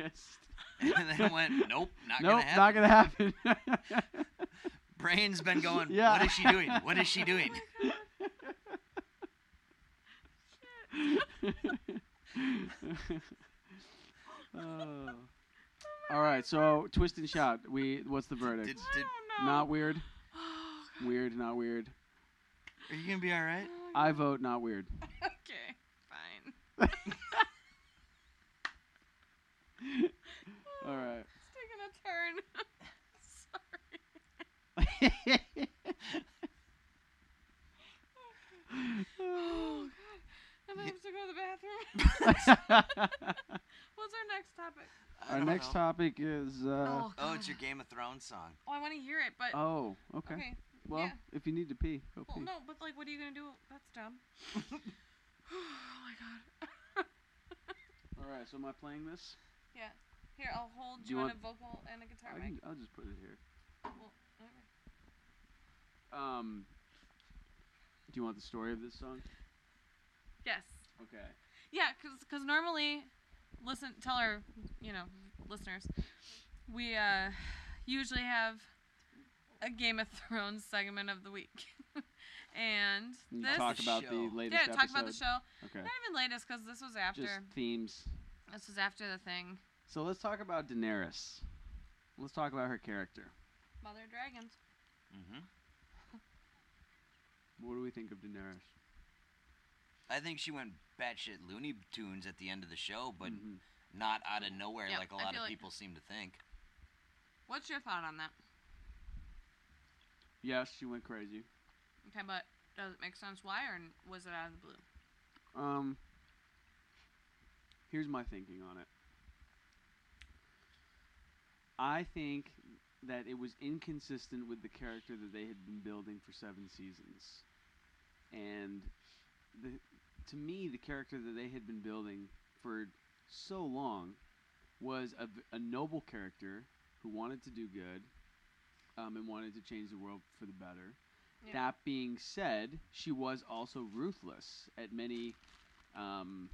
and then went nope, not
nope,
gonna happen.
not gonna happen.
brain's been going.
Yeah.
What is she doing? What is she doing?
Oh
Oh. All right, so twist and shout. We what's the verdict?
Did, did,
Not weird.
Oh,
Weird, not weird.
are you gonna be all right?
I vote not weird.
okay, fine.
All right.
It's taking a turn. Sorry. Oh god. And I
Ye-
have to go to the bathroom. What's our next topic?
I
Our
don't
next
know.
topic is uh,
Oh, it's your Game of Thrones song.
Oh, I want to hear it, but
oh, okay.
okay.
Well,
yeah.
if you need to pee, go
Well,
pee.
no, but like, what are you gonna do? That's dumb. oh my god.
All right, so am I playing this?
Yeah. Here, I'll hold
Do
you,
you
on
want-
a vocal and a guitar
I
mic.
can, I'll just put it here.
Well, okay.
Um, do you want the story of this song?
Yes.
Okay.
Yeah, cause, 'cause normally, listen, tell our, you know, listeners, we uh, usually have a Game of Thrones segment of the week, and
You
this
talk about
Show.
the latest
yeah, talk about the
episode.
show.
Okay.
Not even latest, cause this was after.
Just themes.
This was after the thing.
So let's talk about Daenerys. Let's talk about her character.
Mother Dragons.
Mm-hmm.
What do we think of Daenerys?
I think she went batshit Looney Tunes at the end of the show, but
Mhm.
not out of nowhere
Yeah,
like a
I
lot
feel
of
like-
people seem to think.
What's your thought on that?
yes, she went crazy.
Okay, but does it make sense why, or n- was it out of the blue?
Um, here's my thinking on it. I think that it was inconsistent with the character that they had been building for seven seasons, and the, to me, the character that they had been building for so long was a, v- a noble character who wanted to do good um, and wanted to change the world for the better.
Yeah.
That being said, she was also ruthless at many, um,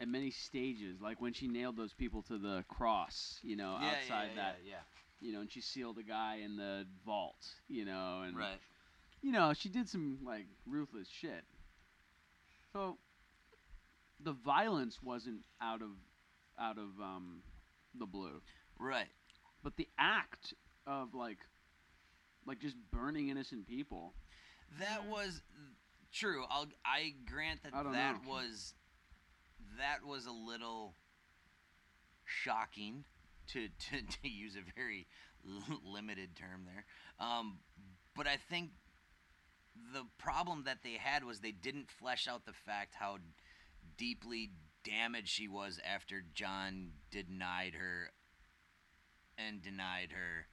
at many stages. Like when she nailed those people to the cross, you know, Oh, outside that,
yeah,
you know, and she sealed a guy in the vault, you know, and
Right.
you know, she did some like ruthless shit. So the violence wasn't out of out of um, the blue,
Right.
but the act of like like just burning innocent people.
That
Hmm.
was true. I'll I grant that
I don't
that
know.
was that was a little shocking to to, to use a very limited term there. Um, but I think the problem that they had was they didn't flesh out the fact how deeply damaged she was after John denied her and denied her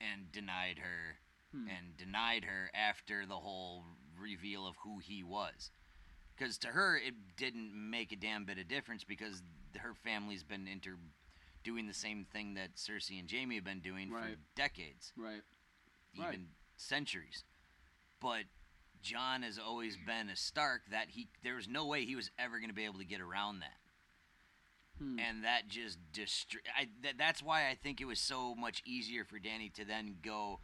and denied her
Hmm.
and denied her after the whole reveal of who he was. Because to her, it didn't make a damn bit of difference because her family's been inter doing the same thing that Cersei and Jamie have been doing for
Right.
decades,
Right.
even
Right.
centuries. But John has always been a Stark that he there was no way he was ever going to be able to get around that
Hmm.
and that just distr- I, th- that's why i think it was so much easier for danny to then go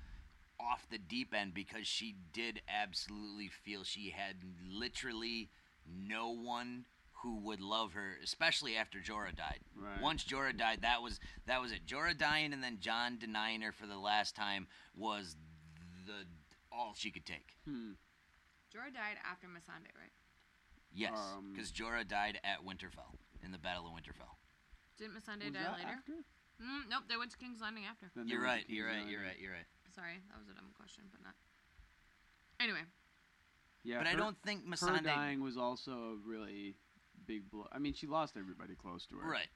off the deep end because she did absolutely feel she had literally no one who would love her especially after jorah died
Right.
once jorah died that was that was it jorah dying and then john denying her for the last time was the all she could take
Hmm.
Jorah died after Missandei, right?
yes
Um,
because jorah died at winterfell in the battle of winterfell
Didn't Missandei
Was
die
that
later?
after?
Mm, nope, they went to King's Landing after.
Then they
you're
went to
right you're
King's
right you're
Landing.
right you're right
Sorry, that was a dumb question, but not. Anyway,
Yeah,
but I
her-
don't think
Her
Masande
dying was also a really big blow. I mean, she lost everybody close to her.
Right.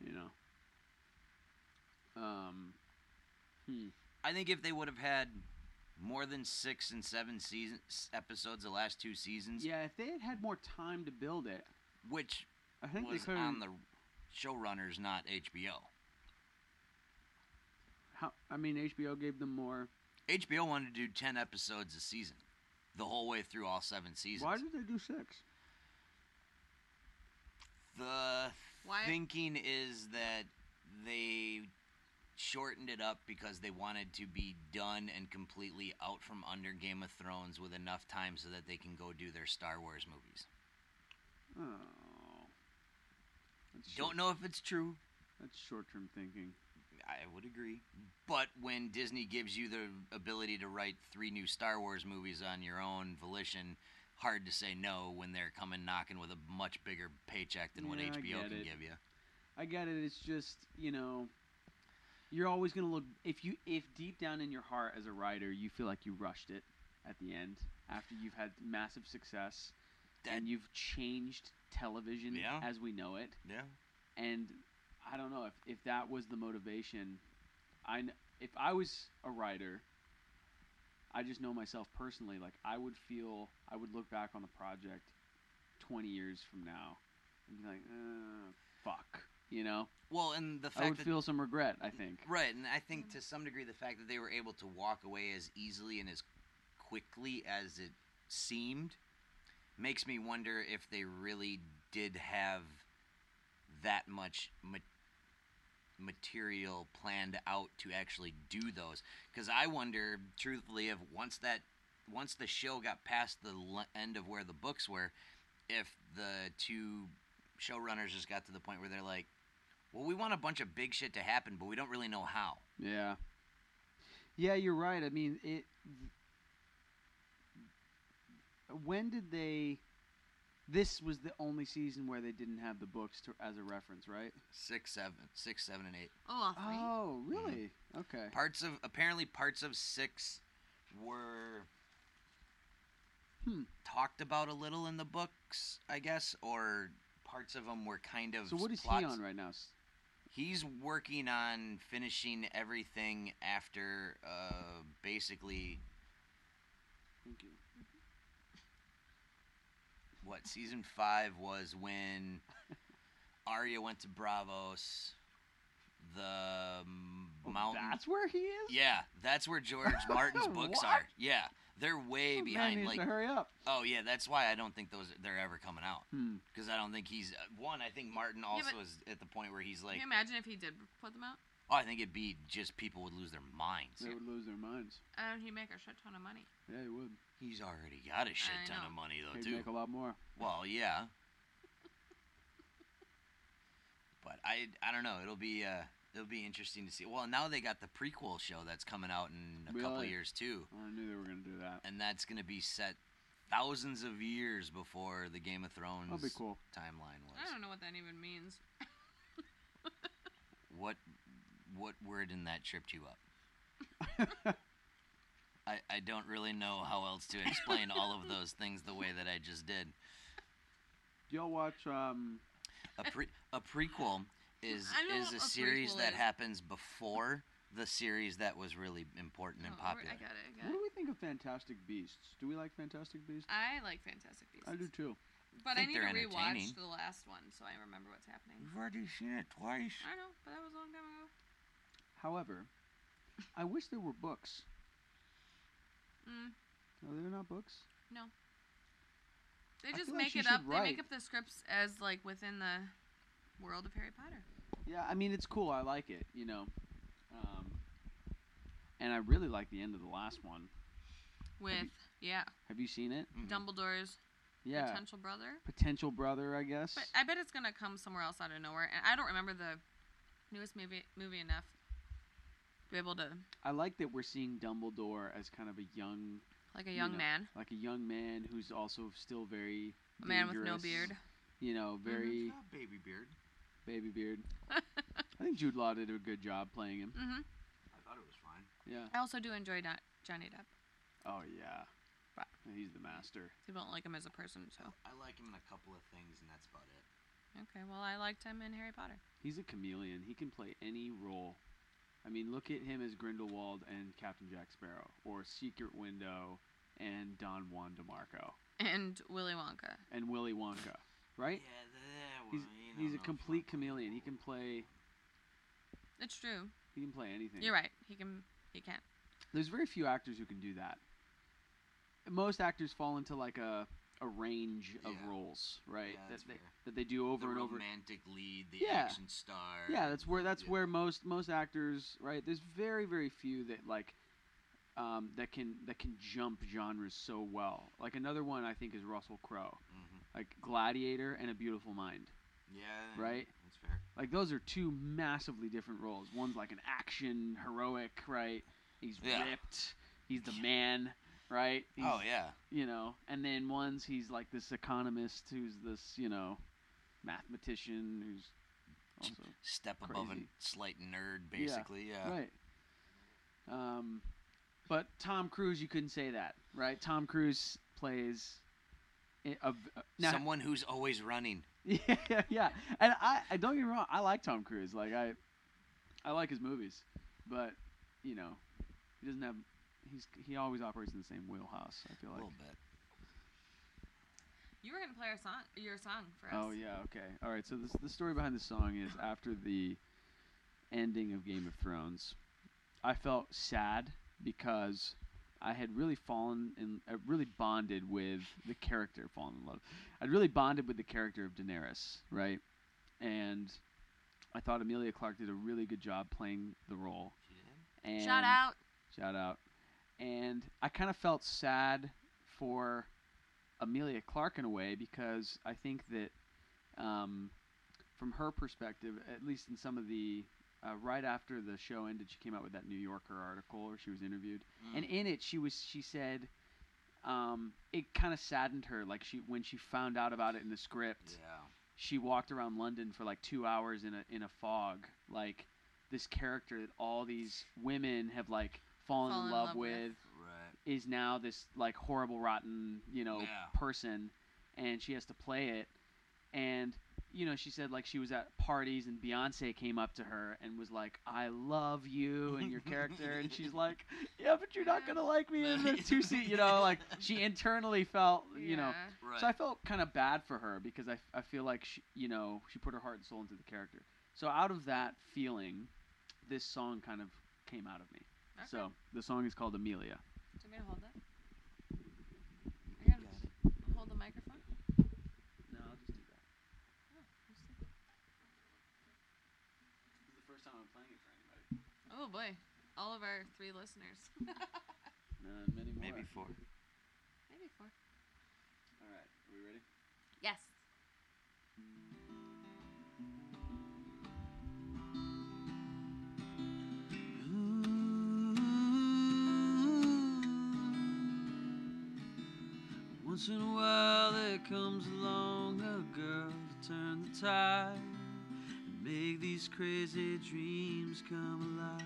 You know. Um. Hmm.
I think if they would have had more than six and seven season s- episodes the last two seasons,
Yeah, if they had had more time to build it,
which
I think they
was
could.
on the showrunners, not HBO.
How, I mean, HBO gave them more.
HBO wanted to do ten episodes a season, the whole way through all seven seasons.
Why did they do six?
the
Why-
thinking is that they shortened it up because they wanted to be done and completely out from under Game of Thrones with enough time so that they can go do their Star Wars movies.
Oh. That's
Don't know if it's true.
That's short-term thinking.
I would agree. But when Disney gives you the ability to write three new Star Wars movies on your own volition, hard to say no when they're coming knocking with a much bigger paycheck than what
Yeah, I
HBO
get
can
it.
give you.
I get it. It's just you know, you're always gonna look if you if deep down in your heart as a writer you feel like you rushed it at the end after you've had massive success
That-
and you've changed television
Yeah.
as we know it.
Yeah.
And I don't know if if that was the motivation. I kn- if I was a writer. I just know myself personally. Like I would feel, I would look back on the project twenty years from now and be like, uh, "Fuck," you know.
Well, and the
I
fact
would
that
feel some regret. I think.
Right, and I think to some degree the fact that they were able to walk away as easily and as quickly as it seemed makes me wonder if they really did have that much ma- material planned out to actually do those. Because I wonder, truthfully, if once that once the show got past the l- end of where the books were, if the two showrunners just got to the point where they're like. Well, we want a bunch of big shit to happen, but we don't really know how.
Yeah. Yeah, you're right. I mean, it. When did they? This was the only season where they didn't have the books to, as a reference, right?
Six, seven, six, seven, and eight.
Oh, all three.
Oh,
Mm-hmm.
really? Okay.
Parts of apparently parts of six were
Hmm.
talked about a little in the books, I guess, or parts of them were kind of.
So what is
plots-
he on right now? S-
He's working on finishing everything after, uh, basically,
Thank you.
what season five was when Arya went to Bravos. The um,
Oh,
mountain.
That's where he is.
Yeah, that's where George Martin's books
What?
are. Yeah, they're way
Oh,
behind.
Man needs
like,
to hurry up.
oh yeah, that's why I don't think those they're ever coming out
Hmm.
because I don't think he's uh, one. I think Martin also
but-
is at the point where he's like,
Can you imagine if he did put them out?
oh, I think it'd be just people would lose their minds.
They would lose their minds.
And Uh, he'd make a shit ton of money.
Yeah, he would.
He's already got a shit
I
ton
know.
of money though,
He'd
too.
make a lot more.
Well, yeah. But I I don't know. It'll be uh it'll be interesting to see. Well, now they got the prequel show that's coming out in a couple
Really?
years too.
I knew they were gonna do that.
and that's going to be set thousands of years before the Game of Thrones
That'll be cool.
timeline was.
I don't know what that even means.
What what word in that tripped you up? I, I don't really know how else to explain all of those things the way that I just did.
Do y'all watch um?
A pre a prequel is
I know
is
what
a
a
series
prequel
that
is.
happens before the series that was really important and
Oh, all right,
popular.
I got it. I
What
got
do
it.
we think of Fantastic Beasts? Do we like Fantastic Beasts?
I like Fantastic Beasts.
I do too.
But I
think
need
they're
to
entertaining.
rewatch the last one so I remember what's happening.
Mm-hmm.
You've already seen it twice.
I know, but that was a long time ago.
However, I wish there were books.
Mm,
Are there not books?
they
I
just
feel like
make
she
it
should
up. They
write.
make up the scripts as like within the world of Harry Potter.
Yeah, I mean it's cool. I like it. You know, um, and I really like the end of the last one.
With yeah,
Have you seen it?
Mm-hmm.
Dumbledore's
Yeah,
potential brother.
potential brother, I guess.
But uh, I bet it's gonna come somewhere else out of nowhere. And I don't remember the newest movie movie enough to be able to
I like that we're seeing Dumbledore as kind of a young,
like a
You
young
know,
man,
like a young man who's also still very
a man with no
dangerous,
beard. Mm-hmm.
You know, very
baby beard.
baby beard. I think Jude Law did a good job playing him.
hmm
I thought it was fine.
Yeah.
I also do enjoy Do- Johnny Depp.
Oh yeah.
But-
He's the master.
I don't like him as a person, so
I like him in a couple of things, and that's about it.
okay. Well, I liked him in Harry Potter.
He's a chameleon. He can play any role. I mean, look at him as Grindelwald and Captain Jack Sparrow, or Secret Window and Don Juan DeMarco
And Willy Wonka.
and Willy Wonka, right?
Yeah, that
He's
one, you don't
he's a
know if
complete
I'm-
chameleon. He can play
It's true.
he can play anything.
You're right. He can. He can.
There's very few actors who can do that. Most actors fall into like a a range of
Yeah.
roles,
Yeah,
right? that,
that's
they,
fair.
that they do over
the
and over.
romantic lead, the
Yeah.
action star.
Yeah, that's where that's
Yeah.
where most most actors, right? There's very very few that like um, that can that can jump genres so well. Like another one I think is Russell Crowe,
hmm
like Gladiator and A Beautiful Mind.
Yeah.
Right?
That's fair.
Like those are two massively different roles. One's like an action heroic, right? He's
Yeah.
ripped. He's the man, right? He's,
oh yeah.
You know, and then one's he's like this economist who's this you know mathematician who's also
Step above a
Crazy.
slight nerd, basically. Yeah.
Right. Um, but Tom Cruise, you couldn't say that, right? Tom Cruise plays i- a, v- now,
Someone who's always running.
yeah, yeah. And I, I don't get me wrong, I like Tom Cruise. Like I, I like his movies, but you know, he doesn't have. He's he always operates in the same wheelhouse. I feel
A
like.
little bit.
You were gonna play our song, your song for us.
Oh yeah. Okay. All right. So this, the story behind the song is after the ending of Game of Thrones, I felt sad because I had really fallen in, I really bonded with the character, fallen in love. I'd really bonded with the character of Daenerys, right? And I thought Amelia Clark did a really good job playing the role. And
Shout out.
Shout out. And I kind of felt sad for Amelia Clark in a way because I think that um, from her perspective, at least in some of the uh, right after the show ended, she came out with that New Yorker article where she was interviewed, and in it she was she said um, it kind of saddened her like she when she found out about it in the script
Mm. Yeah.
she walked around London for like two hours in a in a fog, like this character that all these women have like fallen, in love, with,
Right.
is now this like horrible, rotten, you know,
Yeah.
person, and she has to play it. And you know, she said like she was at parties and Beyonce came up to her and was like, "I love you and your character," and she's like, "Yeah, but you're not gonna like me in the two seat," you know, like she internally felt, you know.
Yeah.
Right.
So I felt kind of bad for her because I, I feel like she, you know she put her heart and soul into the character. So out of that feeling, this song kind of came out of me.
Okay.
So the song is called Amelia.
Do you want me to hold it? I
You
gotta
got it.
hold the microphone.
No, I'll just do that. This is the first time I'm playing it for anybody.
Oh boy, all of our three listeners.
Uh, many more.
Maybe four.
Maybe four.
All right, are we ready?
Yes.
Mm-hmm. Once in a while there comes along a girl to turn the tide and make these crazy dreams come alive.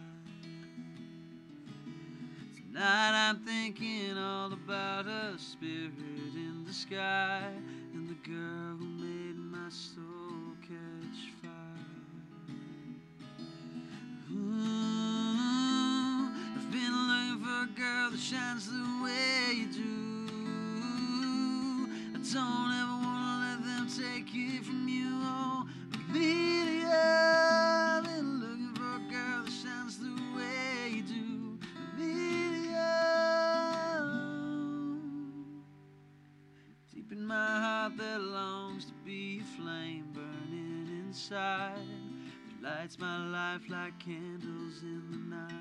Tonight I'm thinking all about her spirit in the sky and the girl who made my soul catch fire. Ooh, I've been looking for a girl that shines the way you do. I don't ever want to let them take it from you. Oh, Amelia, I've been looking for a girl that shines the way you do. Amelia. Deep in my heart there longs to be a flame burning inside that lights my life like candles in the night.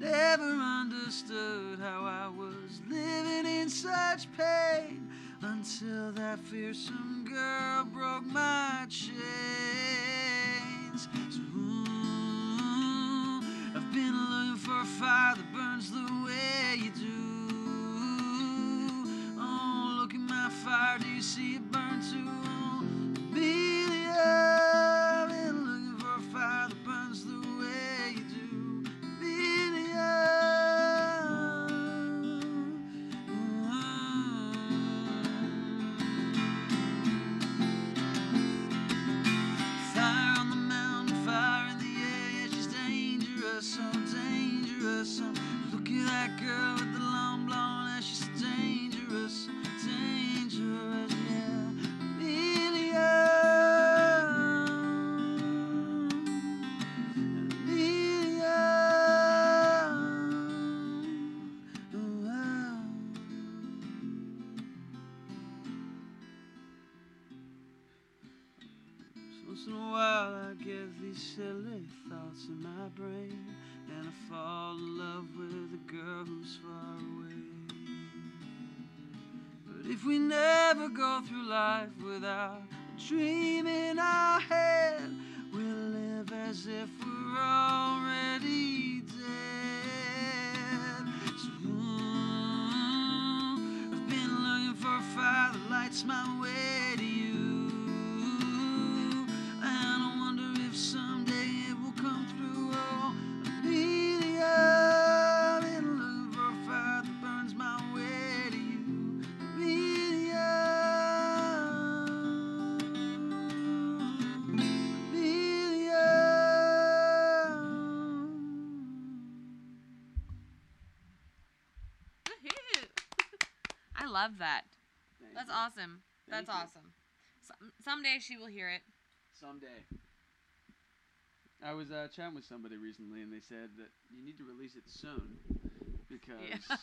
I never understood how I was living in such pain until that fearsome girl broke my chains. So, ooh, I've been looking for a fire that burns the way you do. Oh, look at my fire, do you see it burn too? Amelia, I've been looking for a fire that burns the way you do. Amelia. Fire on the mountain, fire in the air. Yeah, she's dangerous, so dangerous. So look at that girl with the long blonde hair. She's so dangerous, so dangerous. Yeah, Oh, Once in a while, I get these silly thoughts in my brain, and I fall in love with a girl who's far away. But if we never go through life without a dream in our head, we'll live as if we're already dead. So, mm, I've been looking for a fire that lights my way to you. And I wonder if someday it will come through. Oh, Amelia, I've been looking for a fire that burns my way to you.
Woohoo! I love that. That's awesome.
Thank
That's
you.
awesome. Some, someday she will hear it.
Someday. I was uh, chatting with somebody recently, and they said that you need to release it soon because
Yeah.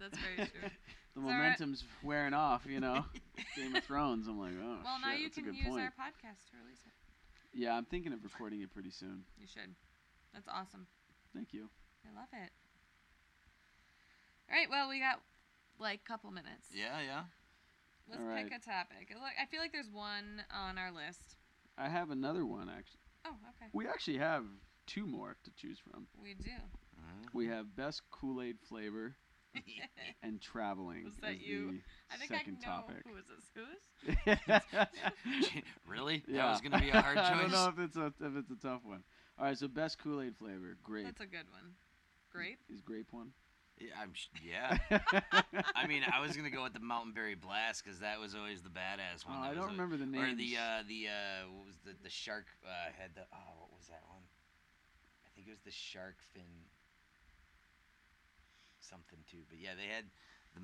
That's very true.
the
Is that right?
momentum's wearing off. You know, Game of Thrones. I'm like, oh
well,
shit,
now you
that's a
can
good
use
point.
our podcast to release it.
Yeah, I'm thinking of recording it pretty soon.
You should. That's awesome.
Thank you.
I love it. All right. Well, we got like a couple minutes.
Yeah, yeah.
Let's
All
pick
right.
a topic. Look, I feel like there's one on our list.
I have another one actually.
Oh, okay.
We actually have two more to choose from.
We do.
We have best Kool-Aid flavor
Mm-hmm.
and traveling.
Was that
as
you?
the
I think
second
I know
topic.
who is this. Who's?
really? That
Yeah.
was gonna be a hard choice.
I don't know if it's a if it's a tough one. All right, so best Kool Aid flavor, grape.
That's a good one. Grape. Oh,
Is grape one? Oh,
Yeah, I'm, sh- yeah. I mean, I was gonna go with the Mountain Berry Blast because that was always the badass
Oh,
one.
I
That was
don't
a-
remember the name.
Or the uh, the uh, what was the the shark uh, had the oh what was that one? I think it was the shark fin. Something too, but yeah, they had the,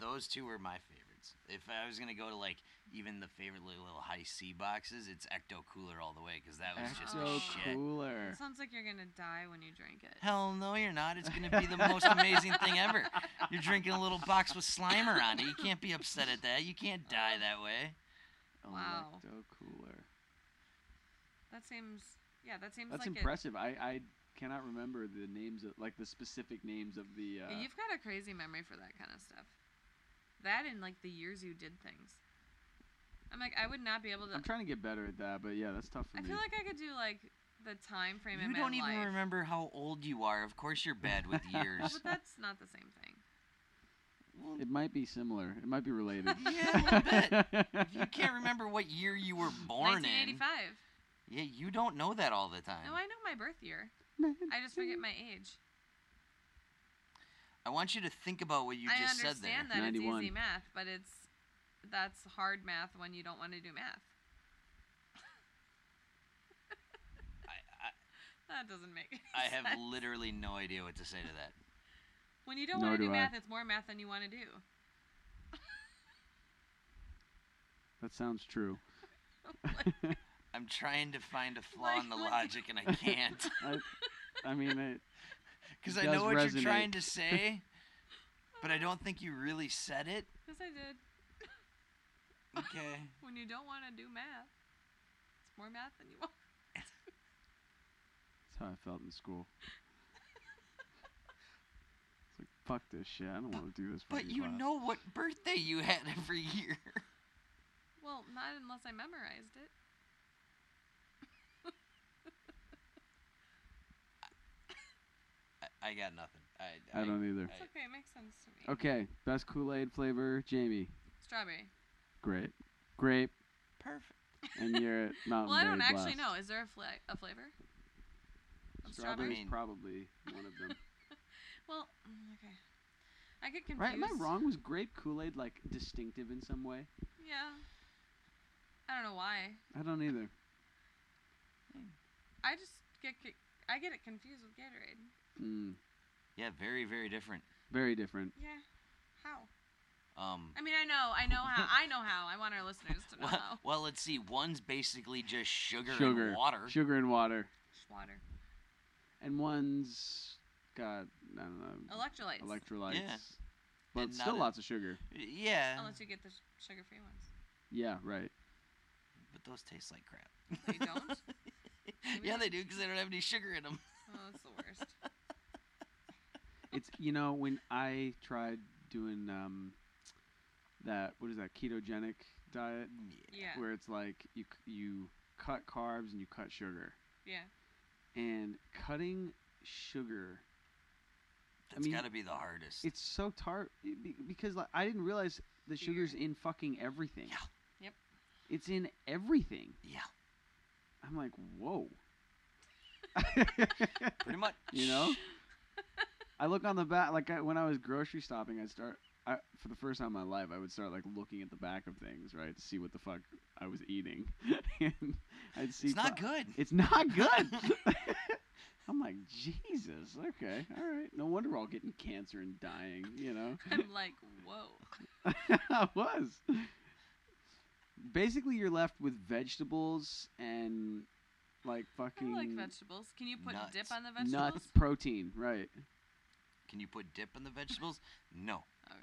those two were my favorites. If I was gonna go to like even the favorite little, little high C boxes, it's Ecto Cooler all the way because that was just
Ecto
the
Oh.
shit.
Cooler.
sounds like you're gonna die when you drink it.
Hell no, you're not. It's gonna be the most amazing thing ever. You're drinking a little box with Slimer on it. You can't be upset at that. You can't die that way.
Wow.
Ecto Cooler.
That seems. Yeah, that seems
That's
like
impressive. I I cannot remember the names of like the specific names of the.
It.
Uh,
Yeah, You've got a crazy memory for that kind of stuff. That and like the years you did things. I'm like, I would not be able to.
I'm trying to get better at that, but yeah, that's tough for
I
me.
feel like I could do like the time frame in
You
my
don't even
life.
remember how old you are. Of course, you're bad with years.
But that's not the same thing.
Well,
it might be similar. It might be related.
yeah, a little bit. If you can't remember what year you were born in,
1985.
yeah, you don't know that all the time.
No, I know my birth year. I just forget my age.
I want you to think about what you
I
just said there.
understand that it's
91.
easy math, but it's that's hard math when you don't want to do math. That doesn't make any
I, I, I have
sense.
literally no idea what to say to that.
When you don't
Nor
want to do
do I.
math, it's more math than you want to do.
that sounds true.
I'm trying to find a flaw in the
Like, what-
logic and I can't.
I, I mean, it,
Because
It
I know
does
what you're
resonate.
trying to say, but I don't think you really said it.
Yes, I did.
Okay.
When you don't want to do math, it's more math than you want.
That's how I felt in school. it's like, fuck this shit. I don't want to do this.
But
fucking
you
class.
know what birthday you had every year.
Well, not unless I memorized it.
I, I got nothing. I,
I don't e- either.
It's okay. It makes sense to me.
Okay, best Kool Aid flavor, Jamie.
Strawberry.
Grape, grape,
Perfect.
and you're at Mountain
Well, I
Berry
don't actually
Blast.
know. Is there a, fla- a flavor? Of
Strawberry's
Strawberry?
strawberry?
probably one of them.
Well, mm, okay. I get confused.
right? Am I wrong? Was grape Kool Aid like distinctive in some way?
Yeah. I don't know why.
I don't either.
I just get co- I get it confused with Gatorade.
Mm,
Yeah, very, very different.
very different.
Yeah. How?
Um,
I mean, I know, I know how, I know how. I want our listeners to know how.
well, well, let's see. One's basically just sugar,
Sugar,
and water.
sugar and water,
Water.
and one's got I don't know
Electrolytes.
electrolytes,
Yeah.
but
And not
still
a-
lots of sugar.
Oh,
Yeah.
Unless you get the sh- sugar-free ones.
Yeah, right.
but those taste like crap.
They don't?
yeah, they do because they don't have any sugar in them.
Oh, that's the worst.
It's you know when I tried doing um, that what is that ketogenic diet
Yeah.
where it's like you c- you cut carbs and you cut sugar
Yeah.
and cutting sugar
That's
mean,
got to be the hardest.
it's so tar it be- because like I didn't realize the
Sugar.
sugar's in fucking everything.
Yeah.
Yep.
It's in everything.
yeah,
I'm like, whoa.
pretty much.
you know i look on the back like I, when i was grocery shopping i start I, for the first time in my life i would start like looking at the back of things right to see what the fuck i was eating and i'd see
It's not
fu-
good.
it's not good i'm like jesus okay all right no wonder we're all getting cancer and dying you know
I'm like, whoa.
I was. Basically, you're left with vegetables and like
I
fucking
like vegetables. Can you put dip
Nuts.
on the vegetables?
nuts, protein, right?
Can you put dip in the vegetables? No.
Okay.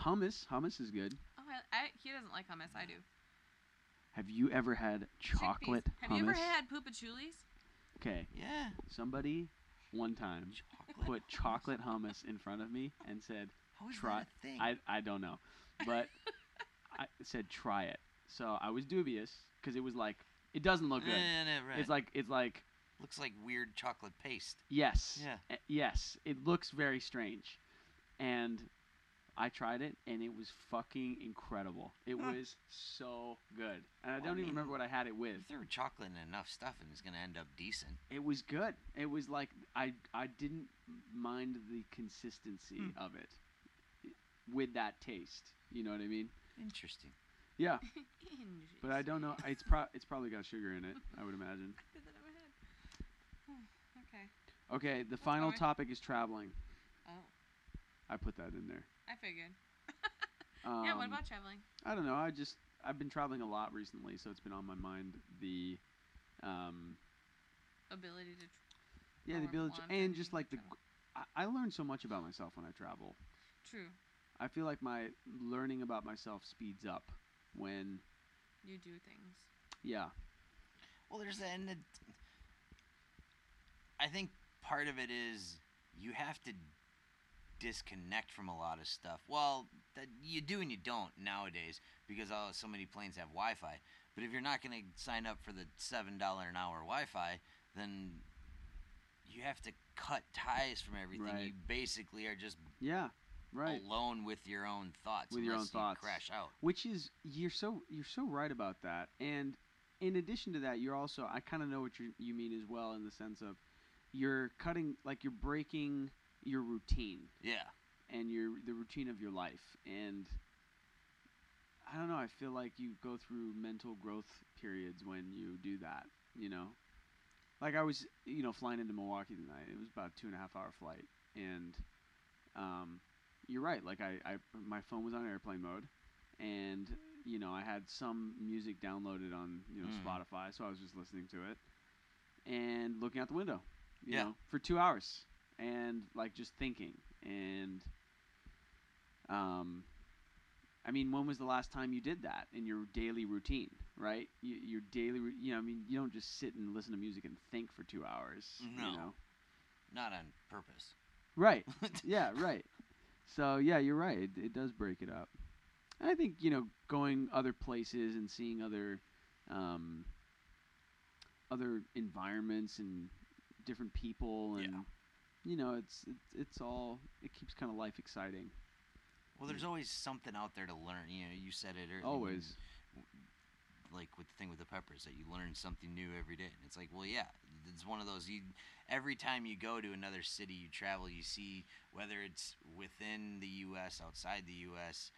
Hummus, hummus is good.
Oh, I, I, he doesn't like hummus. I do.
Have you ever had chocolate
Chickpeas. Have
hummus?
you ever had poopachulis?
okay,
Yeah.
somebody one time
Chocolate.
put chocolate hummus in front of me and said,
How is
try-
that a thing?
I, I don't know, but I said try it. So I was dubious because it was like it doesn't look oh, good.
Yeah, yeah, Eh, right.
It's like it's like
looks like weird chocolate paste.
yes,
Yeah.
e- yes, it looks very strange, and I tried it and it was fucking incredible. It
Huh.
was so good, and
Well,
I
I
don't even
mean,
remember what I had it with.
You threw chocolate in enough stuff, and it's gonna end up decent.
It was good. It was like I I didn't mind the consistency
Hmm.
of it with that taste. You know what I mean?
Interesting.
Yeah, but I don't know. It's pro it's probably got sugar in it. I would imagine.
Did that in my head. okay.
Okay, the final
alright.
topic is traveling.
Oh,
I put that in there.
I figured.
Um,
yeah. What about traveling?
I don't know. I just I've been traveling a lot recently, so it's been on my mind the um
Ability to. Tr-
yeah the
Or
village
want
and
to
just like the
travel.
gr- I, I learn so much about myself when I travel.
True.
I feel like my learning about myself speeds up when
You do things.
yeah
Well, there's that, and it, I think part of it is you have to disconnect from a lot of stuff. Well, that you do and you don't nowadays because oh, so many planes have Wi-Fi. But if you're not going to sign up for the seven dollar an hour Wi-Fi, then you have to cut ties from everything. You basically are just
Yeah, right.
alone with your own thoughts.
With your
unless
own
you
thoughts.
Crash out.
Which is you're so you're so right about that. And in addition to that, you're also I kind of know what you you mean as well in the sense of you're cutting like you're breaking your routine
Yeah.
and your the routine of your life and I don't know, I feel like you go through mental growth periods when you do that, you know. Like I was, you know, flying into Milwaukee tonight. It was about a two and a half hour flight, and um, you're right. Like I, I, my phone was on airplane mode, and you know I had some music downloaded on you know
Mm.
Spotify, so I was just listening to it and looking out the window, you
Yeah.
know, for two hours, and like just thinking. And um, I mean, when was the last time you did that in your daily routine? Right, you, your daily, rou- you know, I mean, you don't just sit and listen to music and think for two hours.
No.
You know?
Not on purpose.
Right. yeah, right. So yeah, you're right. It, it does break it up. And I think you know going other places and seeing other um, other environments and different people
Yeah.
and you know it's it's, it's all it keeps kind of life exciting
Well, there's always something out there to learn. You know, you said it earlier.
Hmm. always.
Like with the thing with the peppers, that you learn something new every day. And it's like, well, yeah, it's one of those. You every time you go to another city, you travel, you see whether it's within the U.S., outside the U.S.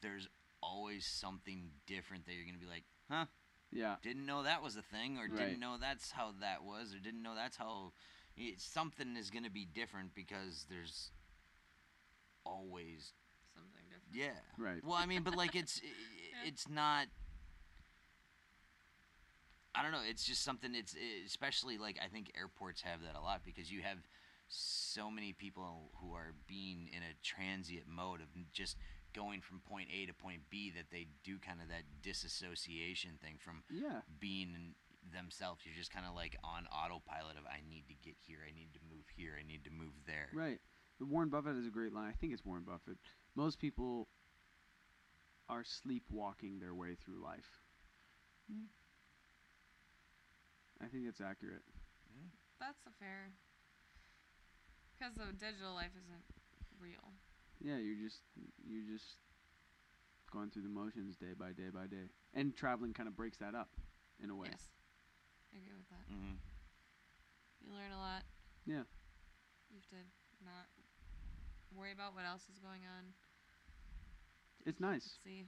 There's always something different that you're gonna be like, huh?
Yeah.
Didn't know that was a thing, or
Right.
didn't know that's how that was, or didn't know that's how. It, something is gonna be different because there's always
Something different.
yeah.
Right.
Well, I mean, but like it's i- i- it's not. I don't know. It's just something. It's i- especially like I think airports have that a lot because you have so many people who are being in a transient mode of just going from point A to point B that they do kind of that disassociation thing from
Yeah.
being in themselves. You're just kind of like on autopilot of I need to get here, I need to move here, I need to move there.
Right. Warren Buffett is a great line. I think it's Warren Buffett. Most people are sleepwalking their way through life.
Hmm.
I think it's accurate.
That's a fair. Because the digital life isn't real.
Yeah, you're just you're just going through the motions day by day by day, and traveling kind of breaks that up in a way.
Yes. I agree with that.
Mm-hmm.
You learn a lot.
Yeah.
You have to not worry about what else is going on.
It's nice.
See.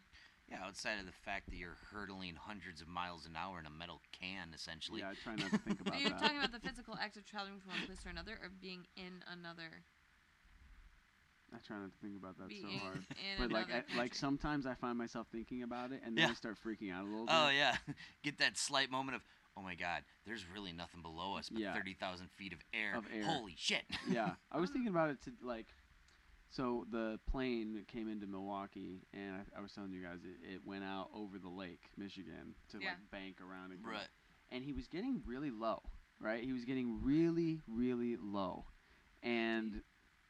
Yeah, outside of the fact that you're hurtling hundreds of miles an hour in a metal can, essentially.
Yeah, I try not to think
Are
about
you
that.
talking about the physical act of traveling from one place to another or being in another?
I try not to think about that
being
so hard.
in
But like,
another
I, like
country?
sometimes I find myself thinking about it, and then I
Yeah.
start freaking out a little.
Oh
bit.
yeah, get that slight moment of oh my god, there's really nothing below us but
Yeah.
thirty thousand feet of air.
Of air.
Holy shit!
yeah, I was thinking about it to like, so the plane that came into Milwaukee, and I, I was telling you guys it, it went out over the lake, Michigan, to
Yeah.
like bank around and go-
right.
and he was getting really low, right? He was getting really, really low, and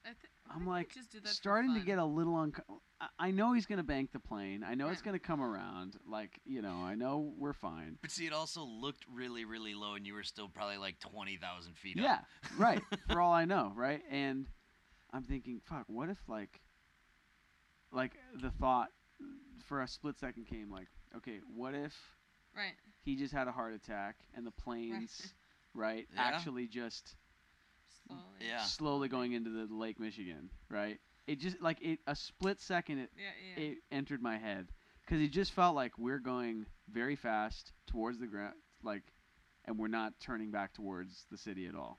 I thi- I
I'm
think they
like
just do that for
starting to
fun.
get a little uncomfortable. I know he's gonna bank the plane. I know it's
Yeah.
gonna come around. Like you know, I know we're fine.
But see, it also looked really, really low, and you were still probably like twenty thousand feet
yeah,
up.
right. For all I know, right? And I'm thinking, fuck, what if like like the thought for a split second came like, okay, what if
Right.
he just had a heart attack and the planes right,
Yeah.
actually just Mm.
Slowly.
Yeah.
slowly going into the Lake Michigan, right? It just like it a split second it
Yeah. Yeah.
it entered my head because it just felt like we're going very fast towards the ground, like, and we're not turning back towards the city at all.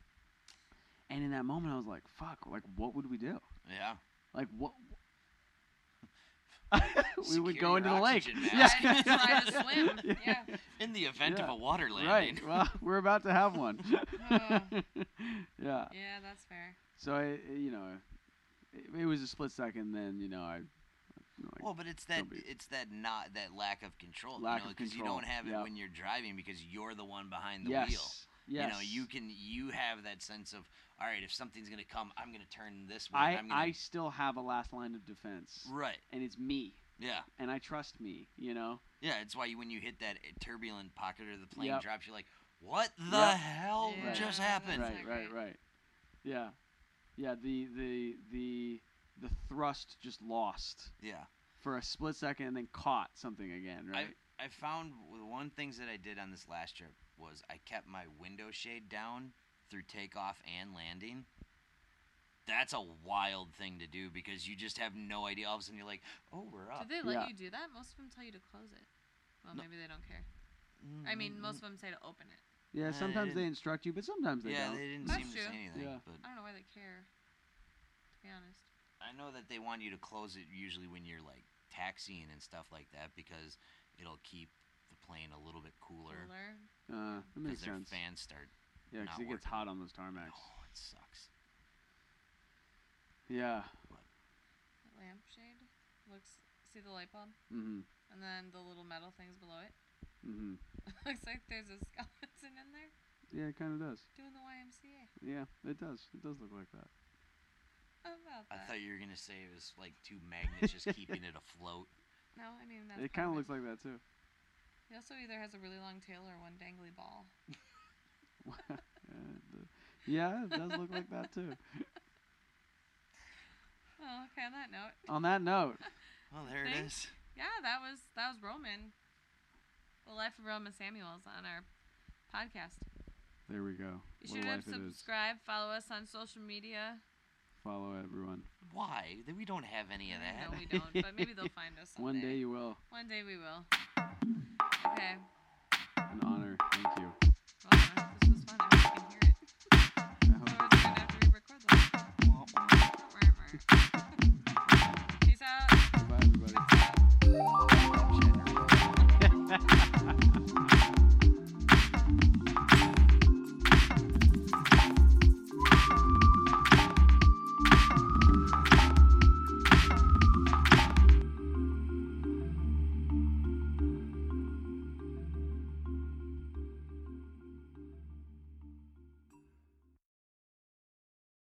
And in that moment, I was like, "Fuck! Like, what would we do?
Yeah.
Like, what?" we would go
Secure your
into the lake.
oxygen mask.
Try, try to swim. Yeah.
In the event
Yeah.
of a water landing.
Right. Well, we're about to have one.
Oh.
yeah.
Yeah, that's fair.
So I, you know, it, it was a split second. Then you know, I. like,
Well, but it's that
Nobody-
it's that not that lack of control,
Lack
you know,
of
because you
control,
don't have it
yeah.
when you're driving because you're the one behind the
yes.
wheel.
Yes.
You know, you can you have that sense of all right, if something's gonna come, I'm gonna turn this way.
I
am gonna,
I still have a last line of defense,
right.
and it's me.
Yeah.
and I trust me, you know?
Yeah, it's why you, when you hit that uh, turbulent pocket or the plane
Yep.
drops, you're like, "What the
Yep.
hell
Yeah,
just
that's
happened?"
Right,
not
right,
great.
right. Yeah. Yeah, the the the the thrust just lost
Yeah,
for a split second and then caught something again, right?
I found w- one things that I did on this last trip was I kept my window shade down through takeoff and landing. That's a wild thing to do because you just have no idea. All of a sudden, you're like, "Oh, we're
Do
up."
they let
Yeah.
you do that? Most of them tell you to close it. Well,
No.
maybe they don't care. I
Mm-hmm.
mean, most of them say to open it.
yeah,
I
sometimes they
didn't-
instruct you, but sometimes they
yeah,
don't.
they didn't
That's
seem to
true.
say anything.
Yeah.
But
I don't know why they care. To be honest.
I know that they want you to close it usually when you're like taxiing and stuff like that because it'll keep the plane a little bit cooler
Cooler.
uh, that
because
makes
their
sense.
fans start
Yeah, because
not
it gets
working.
hot on those tarmacs.
Oh, it sucks.
Yeah.
The lampshade looks. See the light bulb,
Mm-hmm.
and then the little metal things below it.
Mm-hmm.
looks like there's a skeleton in there
Yeah, it kind of does.
doing the YMCA.
Yeah, it does. It does look like that.
How about
I
that?
thought you were gonna say it was like two magnets just keeping it afloat.
no, I mean that's.
it kind of
part
looks like that too.
He also either has a really long tail or one dangly ball.
Uh, the- yeah, it does look like that too.
Oh, okay. On that note,
On that note,
Well, there
it
it
Thanks.
is.
yeah, that was that was Roman. The life of Roman Samuels on our podcast.
there we go.
Be
What
sure
a
to
life it is.
subscribe, follow us on social media.
Follow everyone.
Why? Th- We don't have any of that.
No, we don't, but maybe they'll find us someday.
One day you will.
One day we will. Okay.
An honor. Thank you.
Oh,